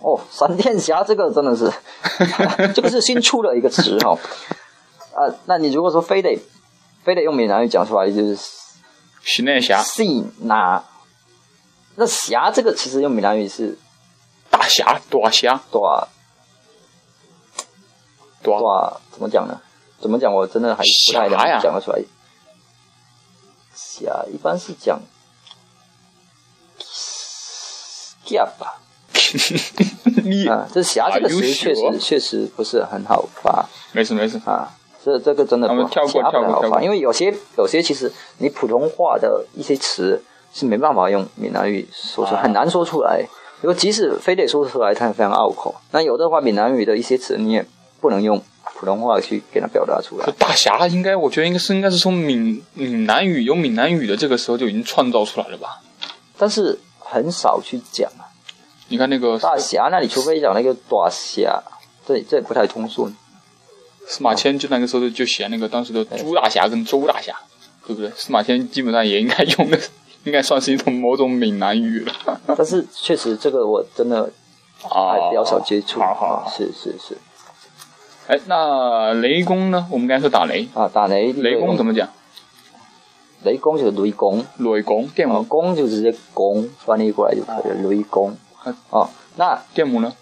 Speaker 2: 哦，闪电侠这个真的是， 这个是新出的一个词哈、啊，那你如果说非得非得用闽南语讲出来，就是
Speaker 1: 现在侠
Speaker 2: 细拿。那侠这个其实用闽南语是
Speaker 1: 大侠大侠
Speaker 2: 多啊
Speaker 1: 大
Speaker 2: 多啊怎么讲呢？怎么讲？我真的还不
Speaker 1: 侠
Speaker 2: 太
Speaker 1: 呀
Speaker 2: 能讲得出来。啊侠一般是讲 gap 吧，
Speaker 1: c 你
Speaker 2: 啊，这狭窄的
Speaker 1: Are you
Speaker 2: 词确实
Speaker 1: sure？
Speaker 2: 确实不是很好发
Speaker 1: 没事没事，
Speaker 2: 啊，这这个真的
Speaker 1: 咱
Speaker 2: 不
Speaker 1: 们
Speaker 2: 好
Speaker 1: 跳过
Speaker 2: 狭
Speaker 1: 跳
Speaker 2: 窄
Speaker 1: 过
Speaker 2: 好
Speaker 1: 跳
Speaker 2: 发，
Speaker 1: 过
Speaker 2: 因为有些有些其实你普通话的一些词是没办法用闽南语说出来，
Speaker 1: 啊
Speaker 2: 很难说出来。如果即使非得说出来，它也非常拗口。那有的话，闽南语的一些词你也不能用普通话去给它表达出来
Speaker 1: 这。大侠应该我觉得应该是应该是从闽闽南语有闽南语的这个时候就已经创造出来了吧？
Speaker 2: 但是很少去讲啊。
Speaker 1: 你看那个
Speaker 2: 大侠那里，除非讲那个短侠，这这不太通顺。
Speaker 1: 司马迁，就那个时候就写那个当时的朱大侠跟周大侠，对不对？司马迁基本上也应该用的， 应该算是一种某种闽南语了
Speaker 2: 但是确实这个我真的还
Speaker 1: 啊，
Speaker 2: 比较少接触。啊
Speaker 1: 好好好，
Speaker 2: 是是是
Speaker 1: 哎，那雷公呢？我们刚才说打雷，
Speaker 2: 啊，打雷
Speaker 1: 雷公怎
Speaker 2: 么？
Speaker 1: 么讲？
Speaker 2: 雷公就是雷公，
Speaker 1: 雷公，电
Speaker 2: 啊
Speaker 1: 母，，
Speaker 2: 公就直接公翻译过来就可以了。雷公
Speaker 1: 啊
Speaker 2: 哦，那
Speaker 1: 电母呢？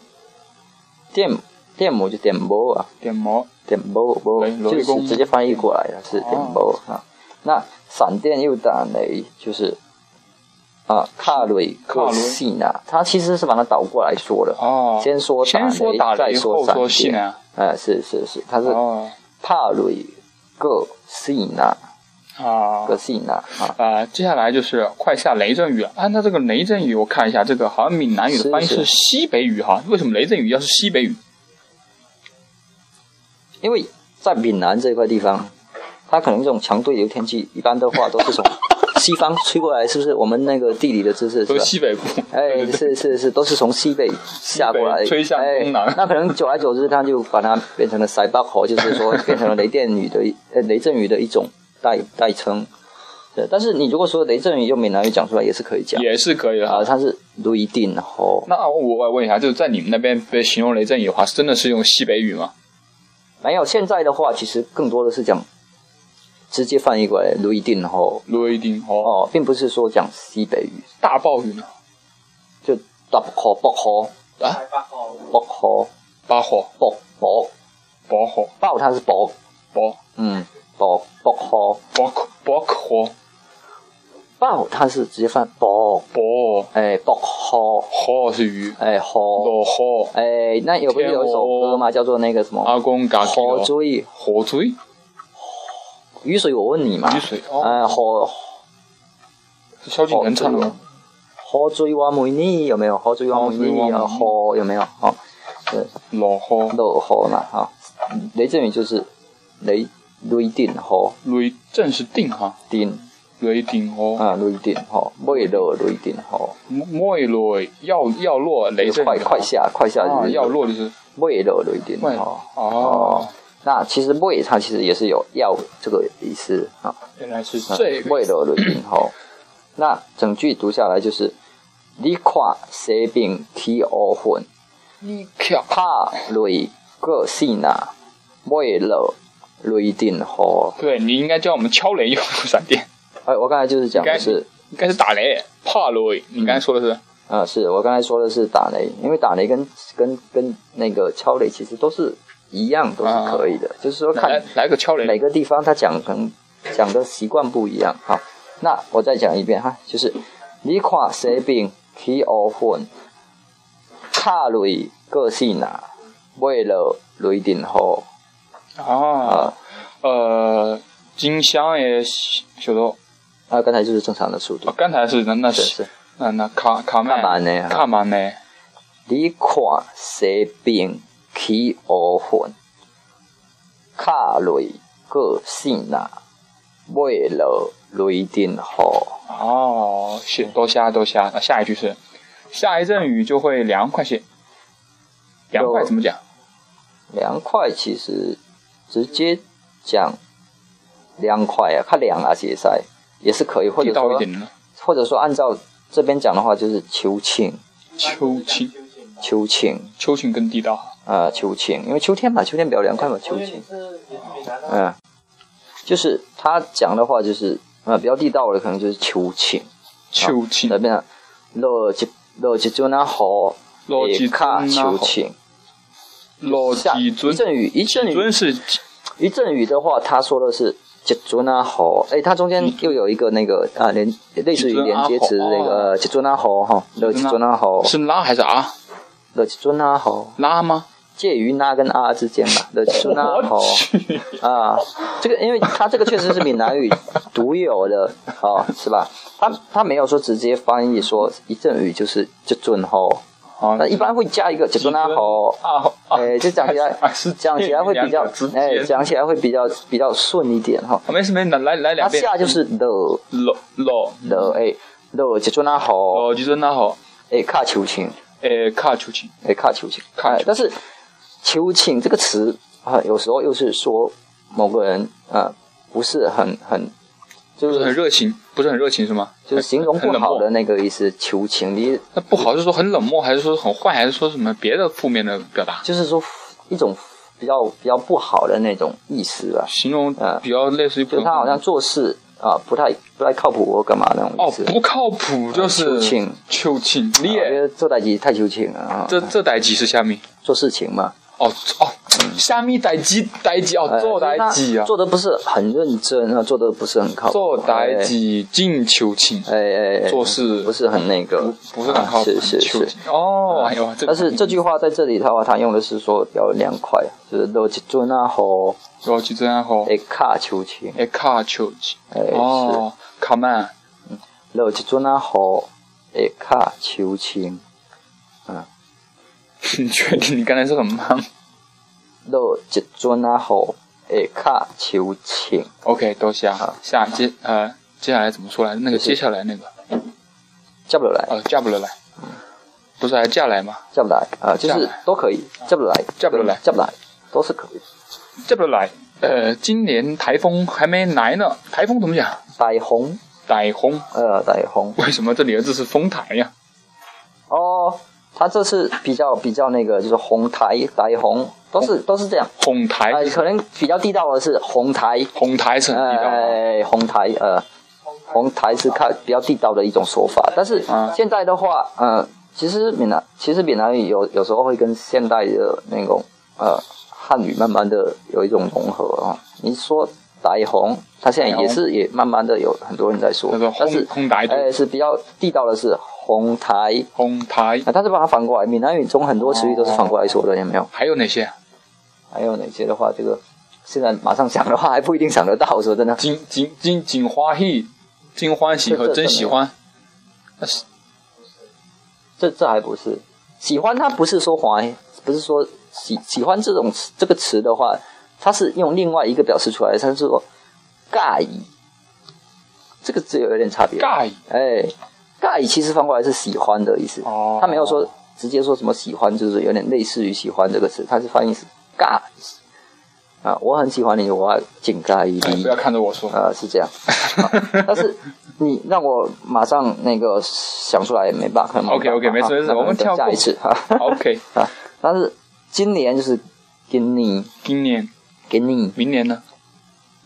Speaker 2: 电电母就电母啊，
Speaker 1: 电母，
Speaker 2: 电母母
Speaker 1: 雷雷
Speaker 2: 就
Speaker 1: 公哦
Speaker 2: 是直接翻译过来的是电母啊。那闪电又打雷就是。啊，卡雷
Speaker 1: 卡
Speaker 2: 克
Speaker 1: 雷
Speaker 2: 信啊，它其实是把它倒过来说的。
Speaker 1: 哦，
Speaker 2: 先说打雷
Speaker 1: 先说打
Speaker 2: 再
Speaker 1: 雷，
Speaker 2: 说
Speaker 1: 后
Speaker 2: 闪
Speaker 1: 说
Speaker 2: 电
Speaker 1: 西南，
Speaker 2: 哎、是是是，它是
Speaker 1: 哦
Speaker 2: 帕雷个西纳
Speaker 1: 啊
Speaker 2: 个西纳啊，
Speaker 1: 啊、接下来就是快下雷阵雨了。按照这个雷阵雨，我看一下，这个好像闽南语的
Speaker 2: 是
Speaker 1: 翻译是
Speaker 2: 是
Speaker 1: 西北雨哈。为什么雷阵雨要是西北雨？
Speaker 2: 因为在闽南这块地方，它可能这种强对流天气，一般的话都是从西方吹过来，是不是？我们那个地理的知识是
Speaker 1: 都
Speaker 2: 吧
Speaker 1: 是？西北部。
Speaker 2: 哎，
Speaker 1: 对对对
Speaker 2: 是是是，都是从西北下过来，
Speaker 1: 西北吹向
Speaker 2: 哎
Speaker 1: 东南
Speaker 2: 那可能久而久之，它就把它变成了塞巴河，就是说变成了雷电雨的一呃雷阵雨的一种代代称。对，但是你如果说雷阵雨用闽南语讲出来也是可以讲
Speaker 1: 也是可以的哈
Speaker 2: 啊，。它是雷电吼。
Speaker 1: 那啊我我问一下，就是在你们那边被形容雷阵雨的话，真的是用西北雨吗？
Speaker 2: 没有，现在的话其实更多的是讲直接翻译过来雷电吼
Speaker 1: 罗伊丁哦，
Speaker 2: 哦，并不是说讲西北语，
Speaker 1: 大暴雨呢？
Speaker 2: 就大河北河
Speaker 1: 啊，
Speaker 2: 北河
Speaker 1: 八火、
Speaker 2: 北北
Speaker 1: 薄火、
Speaker 2: 爆它是北，
Speaker 1: 薄
Speaker 2: 嗯，北北河
Speaker 1: 薄薄火、
Speaker 2: 爆它是直接翻北，
Speaker 1: 薄
Speaker 2: 哎北河
Speaker 1: 火是雨，
Speaker 2: 哎河
Speaker 1: 落火
Speaker 2: 哎，那有不是有一首歌吗？叫做那个什么
Speaker 1: 阿公嘎起
Speaker 2: 河
Speaker 1: 了
Speaker 2: 追
Speaker 1: 火水
Speaker 2: 雨水我问你嘛
Speaker 1: 雨，水哦，
Speaker 2: 哎河
Speaker 1: 是萧敬腾唱的
Speaker 2: 哦对
Speaker 1: 吗
Speaker 2: 哦？河追我每你有没有？河追我每你啊河有没有？哦，对。
Speaker 1: 落火
Speaker 2: 落雨嘛哦哈、雷阵雨就是雷雷电雨
Speaker 1: 雷阵是定哈。
Speaker 2: 电
Speaker 1: 雷霆哦，
Speaker 2: 啊雷电吼，未落雷电吼，
Speaker 1: 莫落要要落雷
Speaker 2: 就是
Speaker 1: 阵雨
Speaker 2: 快
Speaker 1: 啊
Speaker 2: 快下快下
Speaker 1: 啊，
Speaker 2: 就是
Speaker 1: 要落就是
Speaker 2: 未落雷电
Speaker 1: 快
Speaker 2: 吼。
Speaker 1: 啊哦，
Speaker 2: 那其实未它其实也是有要这个意思啊，
Speaker 1: 原来是这个
Speaker 2: 未落雷 电吼。那整句读下来就是：你看西边起乌云，
Speaker 1: 你看
Speaker 2: 怕啊雷过西那，未落雷电吼。
Speaker 1: 对你应该叫我们敲雷用闪电，
Speaker 2: 哎，我刚才就是讲
Speaker 1: 应该
Speaker 2: 的是。
Speaker 1: 应该是打雷怕雷，你刚才说的是
Speaker 2: 啊，是我刚才说的是打雷，因为打雷跟跟跟那个敲雷其实都是一样，都是可以的，就是说
Speaker 1: 来
Speaker 2: 看
Speaker 1: 来个敲
Speaker 2: 每
Speaker 1: 雷，
Speaker 2: 个地方他讲可能讲的习惯不一样。好，那我再讲一遍哈，就是你看西边起乌云，卡雷过是哪，为了雷电雨
Speaker 1: 啊
Speaker 2: 啊，
Speaker 1: 呃，金香也晓得，
Speaker 2: 啊，刚才就是正常的速
Speaker 1: 啊
Speaker 2: 度，
Speaker 1: 刚才是那那
Speaker 2: 是是。
Speaker 1: 那那卡卡曼
Speaker 2: 卡曼呢
Speaker 1: 卡曼呢，
Speaker 2: 你看西边起乌云，卡雷过线那，尾落雷电雨。
Speaker 1: 哦，谢多谢多谢，那下一句是下一阵雨就会凉快些，凉快怎么讲？
Speaker 2: 凉快其实直接讲凉快啊，看凉啊，其实也是可以，或
Speaker 1: 地
Speaker 2: 者
Speaker 1: 道一
Speaker 2: 说
Speaker 1: 点的呢？
Speaker 2: 或者说按照这边讲的话，就是秋庆，
Speaker 1: 秋青，
Speaker 2: 秋庆，
Speaker 1: 秋青更地道。
Speaker 2: 呃，秋庆，因为秋天嘛，秋天比较凉快嘛，秋庆。嗯，就是他讲的话就是呃比较地道的，可能就是秋晴，
Speaker 1: 秋青
Speaker 2: 那，边啊落一落一阵啊雨，
Speaker 1: 落几
Speaker 2: 卡
Speaker 1: 尊
Speaker 2: 秋
Speaker 1: 啊，
Speaker 2: 晴，
Speaker 1: 落
Speaker 2: 下
Speaker 1: 几
Speaker 2: 一
Speaker 1: 尊，
Speaker 2: 阵雨一阵雨
Speaker 1: 尊是
Speaker 2: 一阵雨的话，他说的是一阵啊雨，哎，它中间又有一个那个啊连类似于连接词
Speaker 1: 一阵啊雨
Speaker 2: 那个呃一阵啊雨哈，落一阵啊
Speaker 1: 是拉还是啊？
Speaker 2: 雨，的尊阿吼，
Speaker 1: 拉吗？
Speaker 2: 介于那跟啊之间吧，的尊阿吼
Speaker 1: 我去，
Speaker 2: 啊，这个因为它这个确实是闽南语独有的 哦，是吧？它它没有说直接翻译说一阵雨就是就尊吼，
Speaker 1: 啊
Speaker 2: 那一般会加一个就尊阿吼，
Speaker 1: 啊好啊，
Speaker 2: 哎，就讲起来
Speaker 1: 啊是
Speaker 2: 讲起来会比较
Speaker 1: 两个之，间
Speaker 2: 哎，讲起来会比较比较顺一点哈。
Speaker 1: 啊没事没事，来来来
Speaker 2: 它
Speaker 1: 两嗯遍，
Speaker 2: 下就是的
Speaker 1: 老老
Speaker 2: 的哎的就尊阿吼，
Speaker 1: 哦，就是那好，
Speaker 2: 哎卡秋千。
Speaker 1: 诶，卡出去，
Speaker 2: 哎，卡秋千，
Speaker 1: 卡秋
Speaker 2: 哎
Speaker 1: 千
Speaker 2: 但是“秋千”这个词啊，有时候又是说某个人啊、呃不是很很，就
Speaker 1: 不是很
Speaker 2: 是
Speaker 1: 热情，不是很热情是吗？
Speaker 2: 就是形容
Speaker 1: 很
Speaker 2: 不
Speaker 1: 冷
Speaker 2: 好
Speaker 1: 漠
Speaker 2: 的那个意思，“秋千”你
Speaker 1: 那不好是说很冷漠，还是说很坏，还是说什么别的负面的表达？
Speaker 2: 就是说一种比较比较不好的那种意思吧，
Speaker 1: 形容
Speaker 2: 呃
Speaker 1: 比较类似于普
Speaker 2: 就是
Speaker 1: 通
Speaker 2: 他
Speaker 1: 话
Speaker 2: 好像做事啊、不太不太靠谱或干嘛那种
Speaker 1: 哦
Speaker 2: 意思。
Speaker 1: 不靠谱，就是
Speaker 2: 啊秋千
Speaker 1: 秋千
Speaker 2: 啊我觉
Speaker 1: 烈，
Speaker 2: 得做代级太秋千了啊！
Speaker 1: 这这代几是虾米？
Speaker 2: 做事情嘛，
Speaker 1: 哦哦，虾米代几代几哦，
Speaker 2: 哎
Speaker 1: 做代几
Speaker 2: 就是他
Speaker 1: 啊，
Speaker 2: 做的不是很认真啊，做的不是很靠谱。
Speaker 1: 做代
Speaker 2: 哎
Speaker 1: 几进秋千，
Speaker 2: 哎哎，哎
Speaker 1: 做事
Speaker 2: 不是很那
Speaker 1: 不
Speaker 2: 个，
Speaker 1: 不是很靠谱
Speaker 2: 啊，是是
Speaker 1: 秋
Speaker 2: 是。
Speaker 1: 千哦，哎呦，个
Speaker 2: 但是这句话在这里的话，他用的是说比较凉快，就是都去做那啊吼，
Speaker 1: 我就这样吼，
Speaker 2: 哎卡秋千，
Speaker 1: 哎卡秋千，
Speaker 2: 哎是，
Speaker 1: 哦，卡曼，
Speaker 2: 都去做那啊吼，哎卡秋千，
Speaker 1: 你确定你刚才是很慢吗
Speaker 2: 都去做那吼，哎卡秋千，
Speaker 1: ？OK，多谢啊
Speaker 2: 好，
Speaker 1: 下接呃接下来怎么说来着？那个
Speaker 2: 就是
Speaker 1: 接下来那个
Speaker 2: 叫不来，
Speaker 1: 哦，嫁不了来，不是还嫁来吗？
Speaker 2: 叫不来啊，就
Speaker 1: 叫不
Speaker 2: 是
Speaker 1: 来
Speaker 2: 都可以，叫不来，
Speaker 1: 叫不来
Speaker 2: 叫啊不来，都是可以。
Speaker 1: 嫁不了来。呃，今年台风还没来呢，台风怎么讲？
Speaker 2: 逮红，
Speaker 1: 逮风？
Speaker 2: 呃，逮红，
Speaker 1: 为什么这里的字是风台呀？
Speaker 2: 哦，他这是比较比较那个，就是红台逮红，都是都是这样。
Speaker 1: 哄抬
Speaker 2: 呃，可能比较地道的是红台，
Speaker 1: 哄抬是很地道的
Speaker 2: 哎，红台，呃，红台是看比较地道的一种说法。但是
Speaker 1: 啊
Speaker 2: 现在的话，呃，其实闽南，其实闽南语有有时候会跟现代的那种呃汉语慢慢的有一种融合啊。你说台红，它现在也是也慢慢的有很多人在说
Speaker 1: 叫做，
Speaker 2: 但是
Speaker 1: 哄哄台
Speaker 2: 哎是比较地道的是红台。
Speaker 1: 哄抬
Speaker 2: 啊，他是把它反过来，闽南语中很多词语都是反过来说的，有没有？
Speaker 1: 还有哪些？
Speaker 2: 还有哪些的话，这个现在马上想的话还不一定想得到，说真的。
Speaker 1: 金金金金花喜，金欢喜和真喜欢。那是
Speaker 2: 这这还不是喜欢，它不是说怀，不是说喜喜欢这种词这个词的话，它是用另外一个表示出来，它是说尬意，这个字有点差别。
Speaker 1: 尬意
Speaker 2: 哎，尬意其实翻过来是喜欢的意思，
Speaker 1: 哦
Speaker 2: 它没有说直接说什么喜欢，就是有点类似于喜欢这个词，它是翻译是尬意啊，我很喜欢你，我敬尬意。
Speaker 1: 哎不要看着我说，
Speaker 2: 呃，是这样。啊但是你让我马上那个想出来，没办法。可能
Speaker 1: OK，OK，没
Speaker 2: 办法
Speaker 1: 事没事
Speaker 2: 啊那
Speaker 1: 我们
Speaker 2: 等
Speaker 1: 跳过
Speaker 2: 下一次哈。
Speaker 1: OK，
Speaker 2: 啊，但是今年就是给你
Speaker 1: 今年、
Speaker 2: 给你
Speaker 1: 明年呢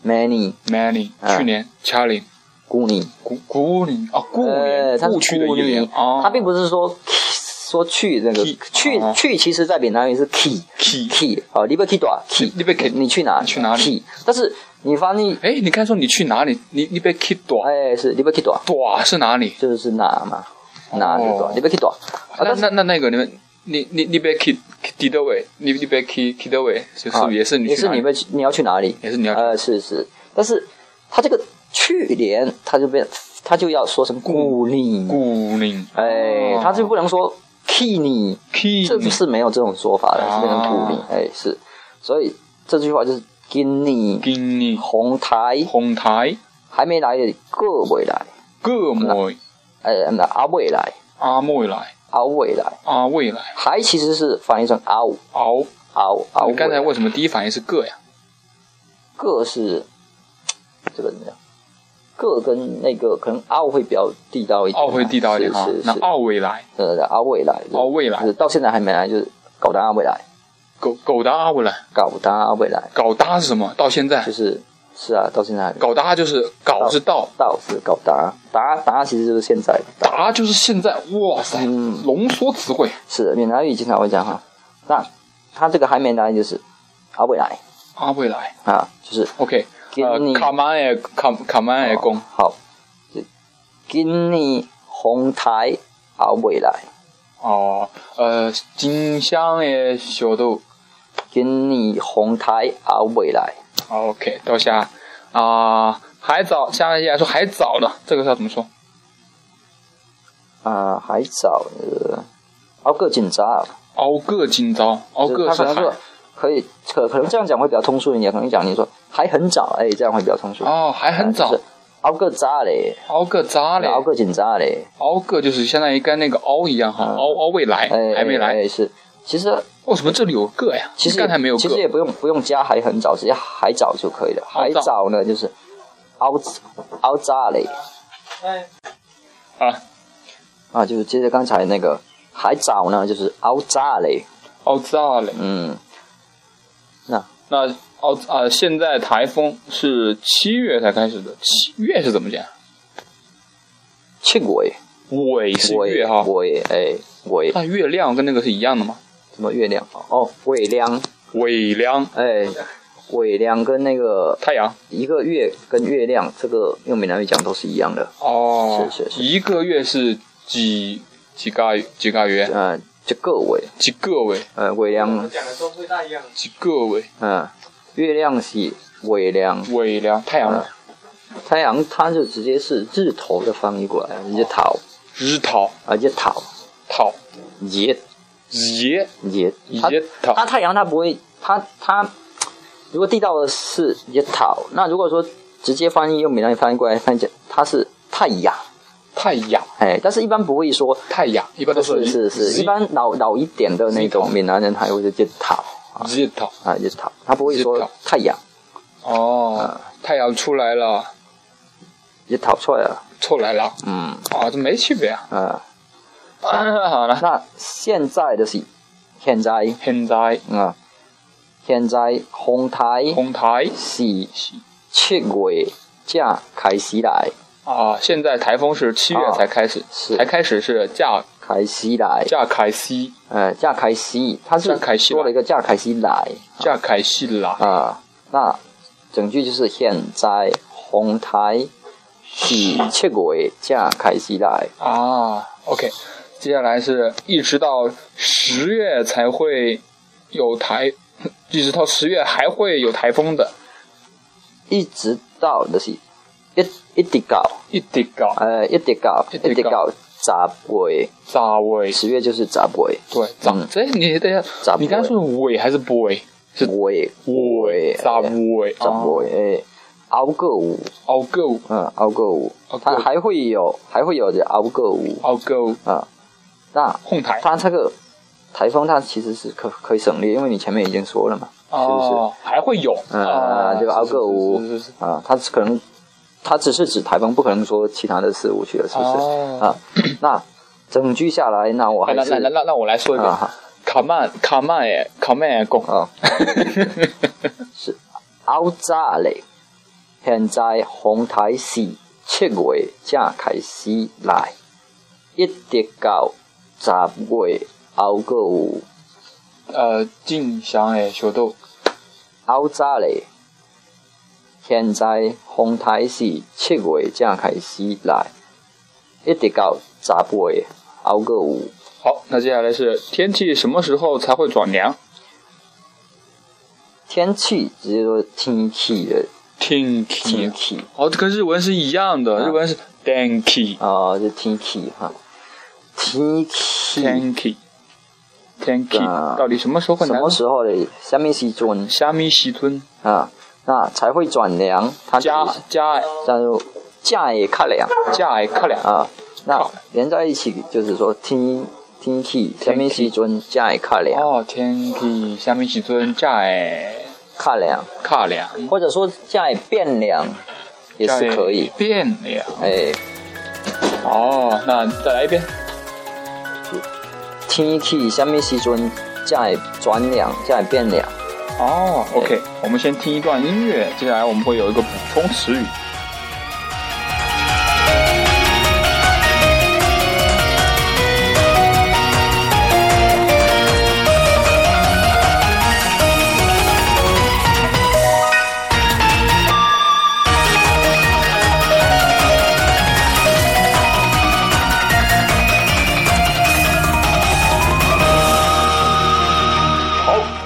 Speaker 2: many
Speaker 1: ？Many，
Speaker 2: 啊
Speaker 1: 去年 Charlie，
Speaker 2: 姑你，
Speaker 1: 古古年啊，故
Speaker 2: 呃，
Speaker 1: 年，
Speaker 2: 它是
Speaker 1: 故去的一
Speaker 2: 姑
Speaker 1: 个年
Speaker 2: 你，
Speaker 1: 啊，
Speaker 2: 它并不是说 ki- 说去那个
Speaker 1: ki，
Speaker 2: 去
Speaker 1: 哦
Speaker 2: 去，其实在闽南语是 key
Speaker 1: ki
Speaker 2: key 啊，你不 key 多 key，
Speaker 1: 你不去
Speaker 2: 你去哪
Speaker 1: 你去哪里
Speaker 2: key，但是你翻译
Speaker 1: 哎，你刚才说你去哪里？你你被 kid 短
Speaker 2: 哎是你不 key 多，
Speaker 1: 短是哪里？
Speaker 2: 就是哪嘛，哪就是多
Speaker 1: 哦，
Speaker 2: 你不 key 多。啊
Speaker 1: 那那那那个你们，你你你被 kid kid 的位，你你被 kid kid 的位，就
Speaker 2: 啊
Speaker 1: 是也是你
Speaker 2: 也
Speaker 1: 去
Speaker 2: 是
Speaker 1: 哪
Speaker 2: 你
Speaker 1: 里？
Speaker 2: 们去你要去哪里？
Speaker 1: 也是你要去
Speaker 2: 呃，是是，但是他这个去年他就变，他就要说成故你，
Speaker 1: 故年，
Speaker 2: 哎，
Speaker 1: 哦
Speaker 2: 他就不能说 key 你，
Speaker 1: kid
Speaker 2: 这是没有这种说法的，
Speaker 1: 啊
Speaker 2: 是变成故你，哎是，所以这句话就是今你
Speaker 1: 今年
Speaker 2: 红台
Speaker 1: 红台
Speaker 2: 还没来的个未来，
Speaker 1: 各妹
Speaker 2: 哎那啊未来
Speaker 1: 阿妹来
Speaker 2: 啊未来，
Speaker 1: 阿未来
Speaker 2: 还其实是翻译成啊
Speaker 1: 敖。
Speaker 2: 啊啊
Speaker 1: 你，刚才
Speaker 2: 未来
Speaker 1: 为什么第一反应是个呀？
Speaker 2: 个是这个怎么样？个跟那个可能奥会比较地道一点啊，
Speaker 1: 奥会地道一点哈
Speaker 2: 是，
Speaker 1: 那
Speaker 2: 是是，
Speaker 1: 奥未来
Speaker 2: 呃，阿未来，
Speaker 1: 奥未来
Speaker 2: 就是到现在还没来，就是搞单阿未来，
Speaker 1: 狗狗搭阿未来，
Speaker 2: 搞单阿未来，
Speaker 1: 搞搭是什么？到现在
Speaker 2: 就是是啊，到现在还没
Speaker 1: 搞搭就是搞是到，
Speaker 2: 到是搞达达达其实就是现在达，
Speaker 1: 达就是现在，哇塞，
Speaker 2: 嗯
Speaker 1: 浓缩词汇
Speaker 2: 是闽南语经常会讲哈。那他这个还没来就是阿未来
Speaker 1: 阿未来。
Speaker 2: 啊，就是
Speaker 1: OK，
Speaker 2: 给
Speaker 1: 呃，
Speaker 2: 你
Speaker 1: 卡曼也卡卡曼也公
Speaker 2: 好，就今年红台阿未来
Speaker 1: 哦，呃，金香的小豆。
Speaker 2: 今年红台啊未来，
Speaker 1: 哦 OK，到下啊、还早，下面来说还早呢，这个是要怎么说？
Speaker 2: 啊、还早，呃，熬个警察，啊
Speaker 1: 熬个今朝，熬
Speaker 2: 就是
Speaker 1: 个
Speaker 2: 他
Speaker 1: 是
Speaker 2: 可能
Speaker 1: 海
Speaker 2: 说可以可可能这样讲会比较通顺一点，可能讲你说还很早，哎，这样会比较通顺。
Speaker 1: 哦，还很
Speaker 2: 啊
Speaker 1: 早
Speaker 2: 就是，熬个渣嘞，
Speaker 1: 熬个咋嘞？
Speaker 2: 熬个警察嘞，
Speaker 1: 熬个就是相当于跟那个熬一样哈，
Speaker 2: 嗯
Speaker 1: 熬熬未来
Speaker 2: 哎，
Speaker 1: 还没来。
Speaker 2: 哎是。其实
Speaker 1: 为什么这里有个呀？
Speaker 2: 其实
Speaker 1: 刚才没有
Speaker 2: 其实
Speaker 1: 个
Speaker 2: 也不用不用加还很早，直接还早就可以了。
Speaker 1: 熬
Speaker 2: 还
Speaker 1: 早
Speaker 2: 早呢，就是熬熬渣嘞
Speaker 1: 嗯啊，
Speaker 2: 啊，就是接着刚才那个还早呢，就是熬渣嘞，
Speaker 1: 熬咋嘞？
Speaker 2: 嗯，
Speaker 1: 那熬啊、现在台风是七月才开始的，七月是怎么讲？
Speaker 2: 七鬼
Speaker 1: 尾是
Speaker 2: 鬼
Speaker 1: 月哈，啊
Speaker 2: 鬼哎鬼
Speaker 1: 那月亮跟那个是一样的吗？
Speaker 2: 什么月亮哦尾亮
Speaker 1: 尾亮，
Speaker 2: 哎尾亮跟那个
Speaker 1: 太阳
Speaker 2: 一个月跟月亮这个用闽南语讲都是一样的，
Speaker 1: 哦，
Speaker 2: 是是是
Speaker 1: 一个月是几几个几个月？
Speaker 2: 呃，这个尾
Speaker 1: 几个位？
Speaker 2: 呃尾亮
Speaker 3: 讲的都不大一样。
Speaker 1: 几个位？
Speaker 2: 嗯、呃、月亮是尾亮。
Speaker 1: 尾亮，太
Speaker 2: 嗯
Speaker 1: 阳呢？
Speaker 2: 太阳它就直接是日头的翻译过来，日头
Speaker 1: 日头，
Speaker 2: 啊，日头，
Speaker 1: 头，
Speaker 2: 日
Speaker 1: 日
Speaker 2: 日，它
Speaker 1: 日头，
Speaker 2: 它太阳它不会，它它如果地道的是日头，那如果说直接翻译用闽南语翻译过来，翻译它是太阳，
Speaker 1: 太阳，
Speaker 2: 哎，但是一般不会说，
Speaker 1: 太阳，一般都
Speaker 2: 是是是，
Speaker 1: 日
Speaker 2: 一般老老一点的那种闽南人他会是日头
Speaker 1: 日头。
Speaker 2: 啊，日头，他不会
Speaker 1: 日
Speaker 2: 说
Speaker 1: 头
Speaker 2: 太阳，
Speaker 1: 哦，
Speaker 2: 嗯
Speaker 1: 太阳出来了，
Speaker 2: 日头出来了，
Speaker 1: 出来了，
Speaker 2: 嗯
Speaker 1: 啊，这没区别啊。
Speaker 2: 啊，
Speaker 1: 好了，
Speaker 2: 那现在的是现在啊、
Speaker 1: 现在
Speaker 2: 嗯现在红台。
Speaker 1: 红台
Speaker 2: 是七月才开始来，
Speaker 1: 啊，现在台风是七月才开始，
Speaker 2: 是
Speaker 1: 才开始啊是架
Speaker 2: 开始来，
Speaker 1: 架开西
Speaker 2: 呃，才开始，它是
Speaker 1: 才开始来
Speaker 2: 说了一个才开始来
Speaker 1: 架开西啦，
Speaker 2: 啊、那整句就是现在红台是七月才开始来，
Speaker 1: 啊，OK，接下来是一直到十月才会有台，一直到十月还会有台风的，
Speaker 2: 一直到就是一一直到
Speaker 1: 一直搞
Speaker 2: 呃一直到
Speaker 1: 一直到
Speaker 2: 一直到十月，
Speaker 1: 咋尾，
Speaker 2: 十月就是十月，
Speaker 1: 对，咋
Speaker 2: 嗯
Speaker 1: 这你等一
Speaker 2: 咋
Speaker 1: 下，你刚才是尾还是不尾？是
Speaker 2: 月
Speaker 1: 尾，咋尾？哦
Speaker 2: 十月，哎，熬个五。
Speaker 1: 熬够，
Speaker 2: 嗯，熬个五
Speaker 1: 熬，个
Speaker 2: 它
Speaker 1: 五
Speaker 2: 还会有还会有的熬个五
Speaker 1: 熬够，
Speaker 2: 啊。那
Speaker 1: 哄抬，
Speaker 2: 它这个台风，它其实是可可以省略，因为你前面已经说了嘛，
Speaker 1: 哦，还会有，哦
Speaker 2: 是不是？啊，这个熬个五
Speaker 1: 是是是是
Speaker 2: 啊，它可能它只是指台风，不可能说其他的事物去了，是不是？
Speaker 1: 哦，
Speaker 2: 啊，那整句下来，那我
Speaker 1: 哎
Speaker 2: 还
Speaker 1: 那
Speaker 2: 是
Speaker 1: 那那那那我来说一
Speaker 2: 啊
Speaker 1: 个，
Speaker 2: 哈
Speaker 1: 卡曼卡曼哎，卡曼哎，公，
Speaker 2: 啊，是熬炸嘞。现在红台是七月才开始来，一直到十月熬个有
Speaker 1: 呃，静香哎，小豆，
Speaker 2: 熬炸嘞。现在红台是七月才开始来，一直到十月熬个有
Speaker 1: 好，那接下来是天气什么时候才会转凉？
Speaker 2: 天气直接说天气的
Speaker 1: 天
Speaker 2: 天
Speaker 1: 气，
Speaker 2: 气。
Speaker 1: 哦，这跟日文是一样的，
Speaker 2: 啊
Speaker 1: 日文是 danki
Speaker 2: 啊，这天气哈，天气
Speaker 1: danki danki，
Speaker 2: 啊
Speaker 1: 到底什么时候会
Speaker 2: 什
Speaker 1: 凉
Speaker 2: 么？时候嘞？什么时准
Speaker 1: 虾米西吞
Speaker 2: 啊？那才会转凉，它
Speaker 1: 加
Speaker 2: 啊就是
Speaker 1: 加
Speaker 2: 叫做价也看凉
Speaker 1: 加哎克凉
Speaker 2: 啊。那连在一起就是说天天气什么时准价也看凉
Speaker 1: 哦，天气虾米西吞加哎
Speaker 2: 看凉，
Speaker 1: 克凉，
Speaker 2: 或者说价也变凉也
Speaker 1: 加
Speaker 2: 是
Speaker 1: 哎
Speaker 2: 可以。
Speaker 1: 变凉。
Speaker 2: 哎，
Speaker 1: 哦，那再来一遍。
Speaker 2: 天气什么时准价也转凉，价也变凉。
Speaker 1: 哦，OK，我们先听一段音乐，接下来我们会有一个补充词语。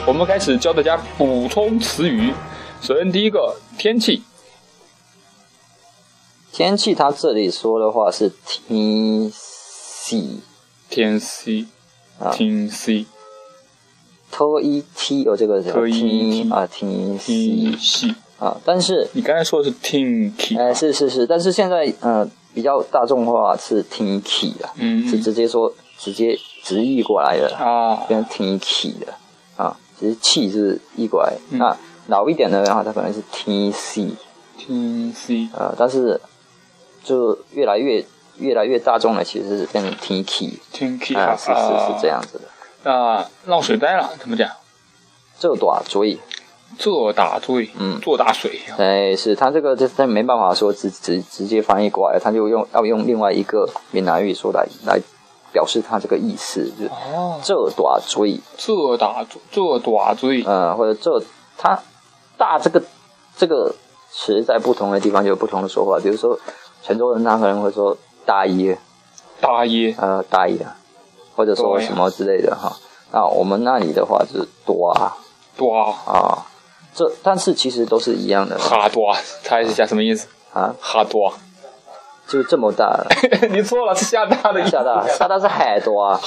Speaker 1: 我们开始教大家补充词语。首先第一个天气，
Speaker 2: 天气它这里说的话是天气，
Speaker 1: 天气，
Speaker 2: 啊
Speaker 1: 天气，
Speaker 2: 特一 t 哦，这个是
Speaker 1: 特一 t
Speaker 2: 啊天气
Speaker 1: 天气。
Speaker 2: 啊，但是
Speaker 1: 你刚才说的是天气，
Speaker 2: 呃是是是，但是现在呃比较大众化是天气了，
Speaker 1: 嗯
Speaker 2: 是直接说直接直译过来的啦
Speaker 1: 啊，
Speaker 2: 变成天气的啊，其实气是译过来。那老一点的话，它可能是天气
Speaker 1: 天气，
Speaker 2: 啊，但是就越来越越来越大众了，其实是变成天气
Speaker 1: 天气
Speaker 2: 啊，是是是这。样子的。
Speaker 1: 那闹水灾了怎么讲？
Speaker 2: 这短所以，
Speaker 1: 这大罪，
Speaker 2: 嗯
Speaker 1: 做大水啊呀。
Speaker 2: 哎，是它这个这它没办法说直直直接翻译过来，它就用要用另外一个闽南语说来来表示它这个意思，就是
Speaker 1: 哦，
Speaker 2: 这短所以。
Speaker 1: 这大罪，这大罪，
Speaker 2: 呃，或者这它大这个这个词在不同的地方就有不同的说法，比如说泉州人他可能会说大爷，
Speaker 1: 大爷，
Speaker 2: 呃大爷，或者说
Speaker 1: 对呀
Speaker 2: 什么之类的哈。那我们那里的话就是多啊
Speaker 1: 大
Speaker 2: 啊，这但是其实都是一样的
Speaker 1: 哈大，猜一下什么意思？
Speaker 2: 啊，
Speaker 1: 哈多，
Speaker 2: 就这么大了。
Speaker 1: 你错了，是厦大的意思
Speaker 2: 厦大厦大是海多啊，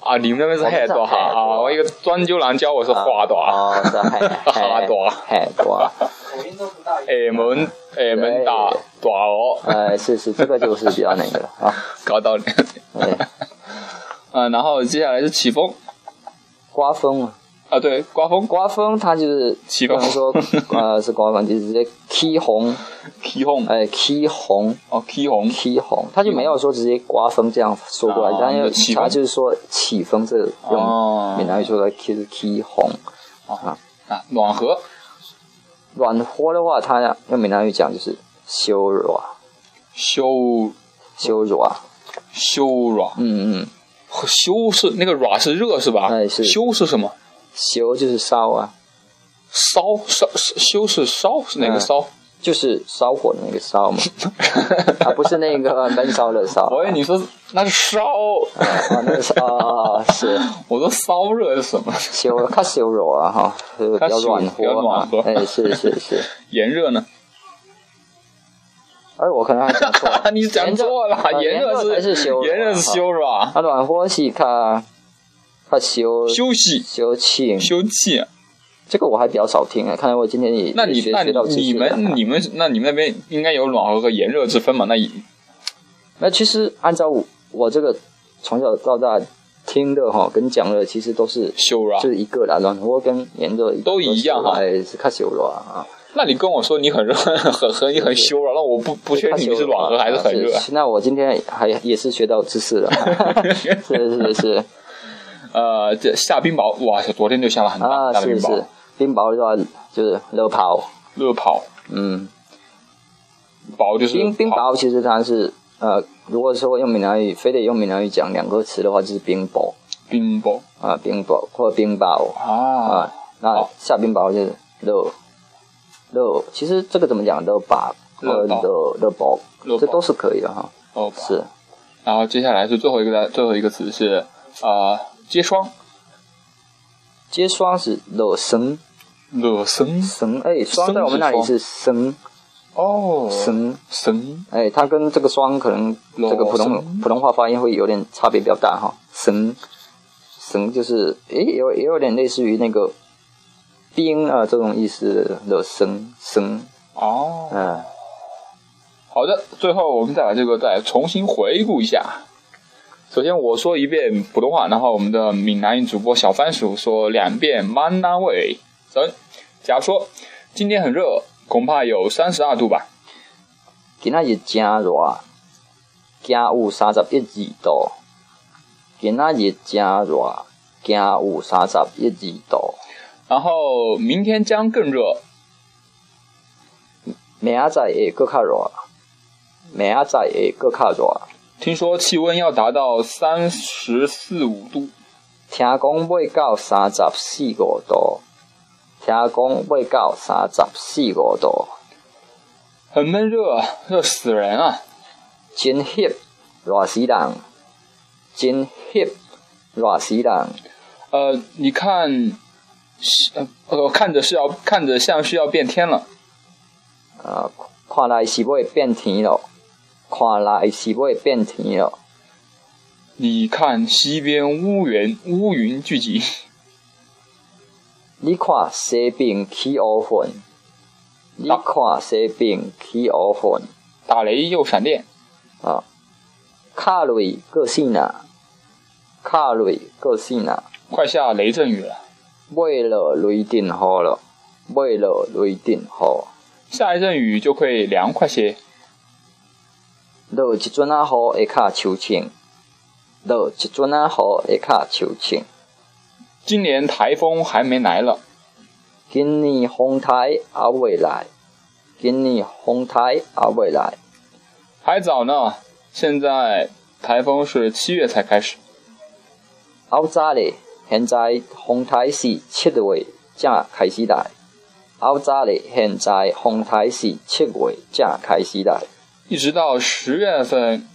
Speaker 1: 啊，你们那边是海多哈
Speaker 2: 我们是海多
Speaker 1: 啊，我一个专修郎教我是花多啊，
Speaker 2: 啊，是 海海
Speaker 1: 哈多啊
Speaker 2: 海多啊，哎
Speaker 1: 厦哎门厦门大大哦，
Speaker 2: 呃，是是，这个就是比较那个了啊。
Speaker 1: 搞到你，
Speaker 2: 哎，
Speaker 1: 嗯，然后接下来是起风
Speaker 2: 刮风啊。
Speaker 1: 啊，对，刮风，
Speaker 2: 刮风它就是
Speaker 1: 起
Speaker 2: 不
Speaker 1: 风
Speaker 2: 能说 呃是刮风，就是直接起红，
Speaker 1: 起风
Speaker 2: 哎起红
Speaker 1: 哦，起红，
Speaker 2: 起红，它就没有说直接刮风这样说过来
Speaker 1: 啊，
Speaker 2: 但
Speaker 1: 那
Speaker 2: 是
Speaker 1: 起风
Speaker 2: 它就是说起风这个
Speaker 1: 哦
Speaker 2: 用闽南语说的就是起红。
Speaker 1: 啊，暖和，
Speaker 2: 软和的话，它用闽南语讲就是啊修软
Speaker 1: 修
Speaker 2: 修软，
Speaker 1: 修软，
Speaker 2: 啊嗯嗯，
Speaker 1: 修是那个软是热是吧？
Speaker 2: 哎是
Speaker 1: 修是什么？
Speaker 2: 修就是烧啊，
Speaker 1: 烧烧修是烧是哪个
Speaker 2: 嗯
Speaker 1: 烧？
Speaker 2: 就是烧火的那个烧嘛，啊不是那个 闷烧的烧，
Speaker 1: 我以为你说那是烧，
Speaker 2: 啊那个是啊是。
Speaker 1: 我说烧热是什么？
Speaker 2: 修它修柔啊哈，就是比较软
Speaker 1: 比较
Speaker 2: 和
Speaker 1: 暖
Speaker 2: 嘛
Speaker 1: 和，
Speaker 2: 哎，是是是，
Speaker 1: 炎热呢？
Speaker 2: 哎，我可能还 讲错了，
Speaker 1: 你讲错了，
Speaker 2: 炎热
Speaker 1: 热
Speaker 2: 才
Speaker 1: 是
Speaker 2: 是啊修
Speaker 1: 炎热是啊修是吧？
Speaker 2: 它暖和是它它修
Speaker 1: 休息
Speaker 2: 修庆，
Speaker 1: 休憩。
Speaker 2: 这个我还比较少听啊，看来我今天也
Speaker 1: 那
Speaker 2: 也
Speaker 1: 你
Speaker 2: 学
Speaker 1: 那
Speaker 2: 学到知识
Speaker 1: 你们
Speaker 2: 了
Speaker 1: 你们那你们那边应该有暖和和炎热之分嘛？那也
Speaker 2: 那其实按照我我这个从小到大听的哈，跟讲的其实都是。
Speaker 1: 修是吧？
Speaker 2: 就是一个啦，暖和跟炎热
Speaker 1: 都一样哈
Speaker 2: 哎，是看修柔啊，
Speaker 1: 那你跟我说你很热 很很很修了，那我不不确
Speaker 2: 看
Speaker 1: 定你是暖
Speaker 2: 啊
Speaker 1: 和还是很热。啊
Speaker 2: 那我今天还也是学到知识了， 是是是。
Speaker 1: 呃，这下冰雹，哇塞，昨天就下了很大
Speaker 2: 啊，
Speaker 1: 大的冰
Speaker 2: 是
Speaker 1: 雹
Speaker 2: 是，，冰雹的话就是热刨，
Speaker 1: 热跑
Speaker 2: 嗯，
Speaker 1: 雹就是
Speaker 2: 冰冰
Speaker 1: 跑
Speaker 2: 雹其实它是呃，如果说用闽南语，非得用闽南语讲两个词的话，就是冰雹
Speaker 1: 冰雹
Speaker 2: 啊，冰雹或冰雹
Speaker 1: 啊
Speaker 2: 啊，
Speaker 1: 哦
Speaker 2: 那下冰雹就是热热，其实这个怎么讲热雹
Speaker 1: 热
Speaker 2: 和
Speaker 1: 雹
Speaker 2: 热热雹
Speaker 1: 热，
Speaker 2: 这
Speaker 1: 雹
Speaker 2: 都是可以的哈，
Speaker 1: 哦，是
Speaker 2: 是
Speaker 1: 然后接下来是最后一个最后一个词是呃结霜，
Speaker 2: 接霜是热生
Speaker 1: 热身
Speaker 2: 生，哎，
Speaker 1: 生
Speaker 2: 霜在我们
Speaker 1: 是
Speaker 2: 那里
Speaker 1: 霜
Speaker 2: 是生
Speaker 1: 哦，
Speaker 2: 生。
Speaker 1: 神
Speaker 2: 哎，它跟这个霜可能
Speaker 1: 老
Speaker 2: 这个普
Speaker 1: 生
Speaker 2: 通普通话发音会有点差别比较大哈。绳绳就是哎，也有也有点类似于那个冰啊、这种意思的绳绳，
Speaker 1: 哦。
Speaker 2: 嗯、
Speaker 1: 好的，最后我们再把这个再重新回顾一下。首先我说一遍普通话，然后我们的闽南语主播小番薯说两遍闽南味。走，假如说今天很热，恐怕有三十二度吧。
Speaker 2: 今仔日真热，今有三十一二度。今仔日真热，今有三十一二度。
Speaker 1: 然后明天将更热，
Speaker 2: 明仔载会更较热，明仔载会更较热。
Speaker 1: 听说气温要达到三十四五度。
Speaker 2: 听讲要到三十四五度，听讲要到三十四五度，
Speaker 1: 很闷热，热死人啊！
Speaker 2: 真翕热死人，真翕热死人。
Speaker 1: 呃，你看呃，呃看着是要看着像是要变天了。
Speaker 2: 啊，看来是要变天了，看来是要变天了。
Speaker 1: 你看西边乌云乌云聚集，
Speaker 2: 你看西边起乌云，你看西边起乌云
Speaker 1: 打雷又闪电，
Speaker 2: 啊！卡瑞个性啊，卡瑞个性啊，
Speaker 1: 快下雷阵雨了。
Speaker 2: 为了雷电雨了，为了雷电雨，
Speaker 1: 下一阵雨就会凉快些。
Speaker 2: 落一阵啊雨会较秋凊，落一阵啊雨会较秋凊。
Speaker 1: 今年台风还没来了，
Speaker 2: 今年风台还未来，今年风台还未来。
Speaker 1: 还早呢。现在台风是七月才开始，
Speaker 2: 好早嘞，现在风台是七月才开始来。好早嘞，现在风台是七月才开始来，
Speaker 1: 一直到十月份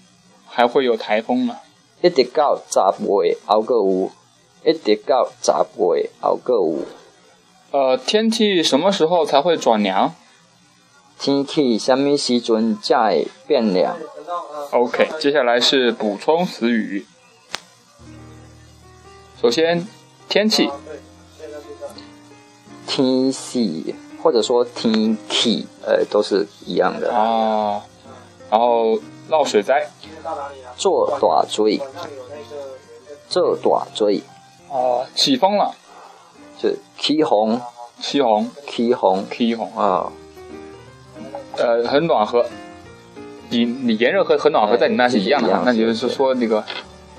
Speaker 1: 还会有台风呢。
Speaker 2: 一直到十月还阁有，一直到十月还阁有。
Speaker 1: 呃，天气什么时候才会转凉
Speaker 2: 天气什么时阵才会变凉？
Speaker 1: ？OK，接下来是补充词语。首先，天气
Speaker 2: 天气或者说天气，呃，都是一样的。
Speaker 1: 啊，然后闹水灾
Speaker 2: 做大水，做大水，
Speaker 1: 啊，起风了，
Speaker 2: 就是起风，
Speaker 1: 起红，
Speaker 2: 起风
Speaker 1: 起红，
Speaker 2: 啊，
Speaker 1: 呃，很暖和。你你炎热和很暖和
Speaker 2: 哎
Speaker 1: 在你那是一样的
Speaker 2: 一
Speaker 1: 啊，
Speaker 2: 样
Speaker 1: 那就是说那个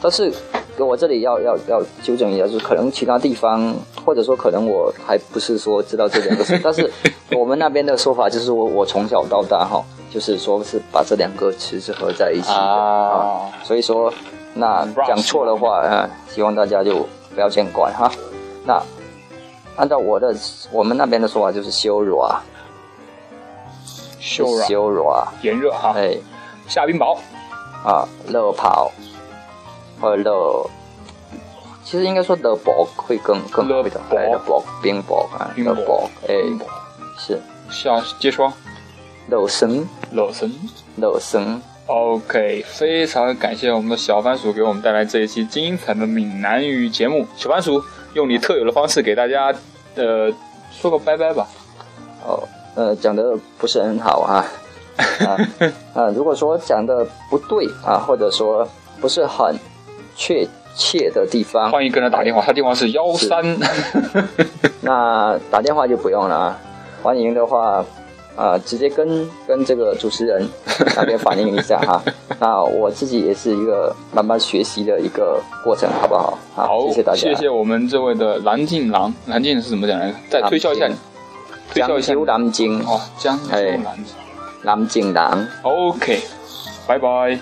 Speaker 2: 但是我这里要要要纠正一下，就是可能其他地方，或者说可能我还不是说知道这两个词，但是我们那边的说法就是我我从小到大哈，就是说是把这两个词是合在一起的啊，
Speaker 1: 啊，
Speaker 2: 所以说那讲错的话，呃，希望大家就不要见怪哈。那按照我的我们那边的说法就是羞辱啊，
Speaker 1: 秀软
Speaker 2: 羞辱啊，
Speaker 1: 炎热哈，
Speaker 2: 哎
Speaker 1: 下冰雹
Speaker 2: 啊，热跑或者热，其实应该说热薄会更更好一点，
Speaker 1: 热薄
Speaker 2: 哎热薄冰雹啊，
Speaker 1: 冰
Speaker 2: 热
Speaker 1: 雹
Speaker 2: 薄哎
Speaker 1: 冰雹
Speaker 2: 是
Speaker 1: 下结霜，
Speaker 2: 热身
Speaker 1: 冷神。
Speaker 2: 热身，
Speaker 1: OK，非常感谢我们的小番薯给我们带来这一期精彩的闽南语节目。小番薯用你特有的方式给大家，呃，说个拜拜吧。
Speaker 2: 哦，呃，讲的不是很好 啊，啊啊，如果说讲的不对啊，或者说不是很确切的地方，
Speaker 1: 欢迎跟他打电话，他电话是幺三。
Speaker 2: 那打电话就不用了啊。欢迎的话，呃，直接跟跟这个主持人那边反映一下 哈、那我自己也是一个慢慢学习的一个过程，好不好？
Speaker 1: 好，
Speaker 2: 谢谢大家。
Speaker 1: 谢谢我们这位的蓝静郎，蓝静是怎么讲来着？再推销一下你，推销
Speaker 2: 江
Speaker 1: 一下你
Speaker 2: 州
Speaker 1: 哦
Speaker 2: 南京，
Speaker 1: 哦，江苏
Speaker 2: 哎
Speaker 1: 蓝静。
Speaker 2: 南京人。
Speaker 1: OK，拜拜。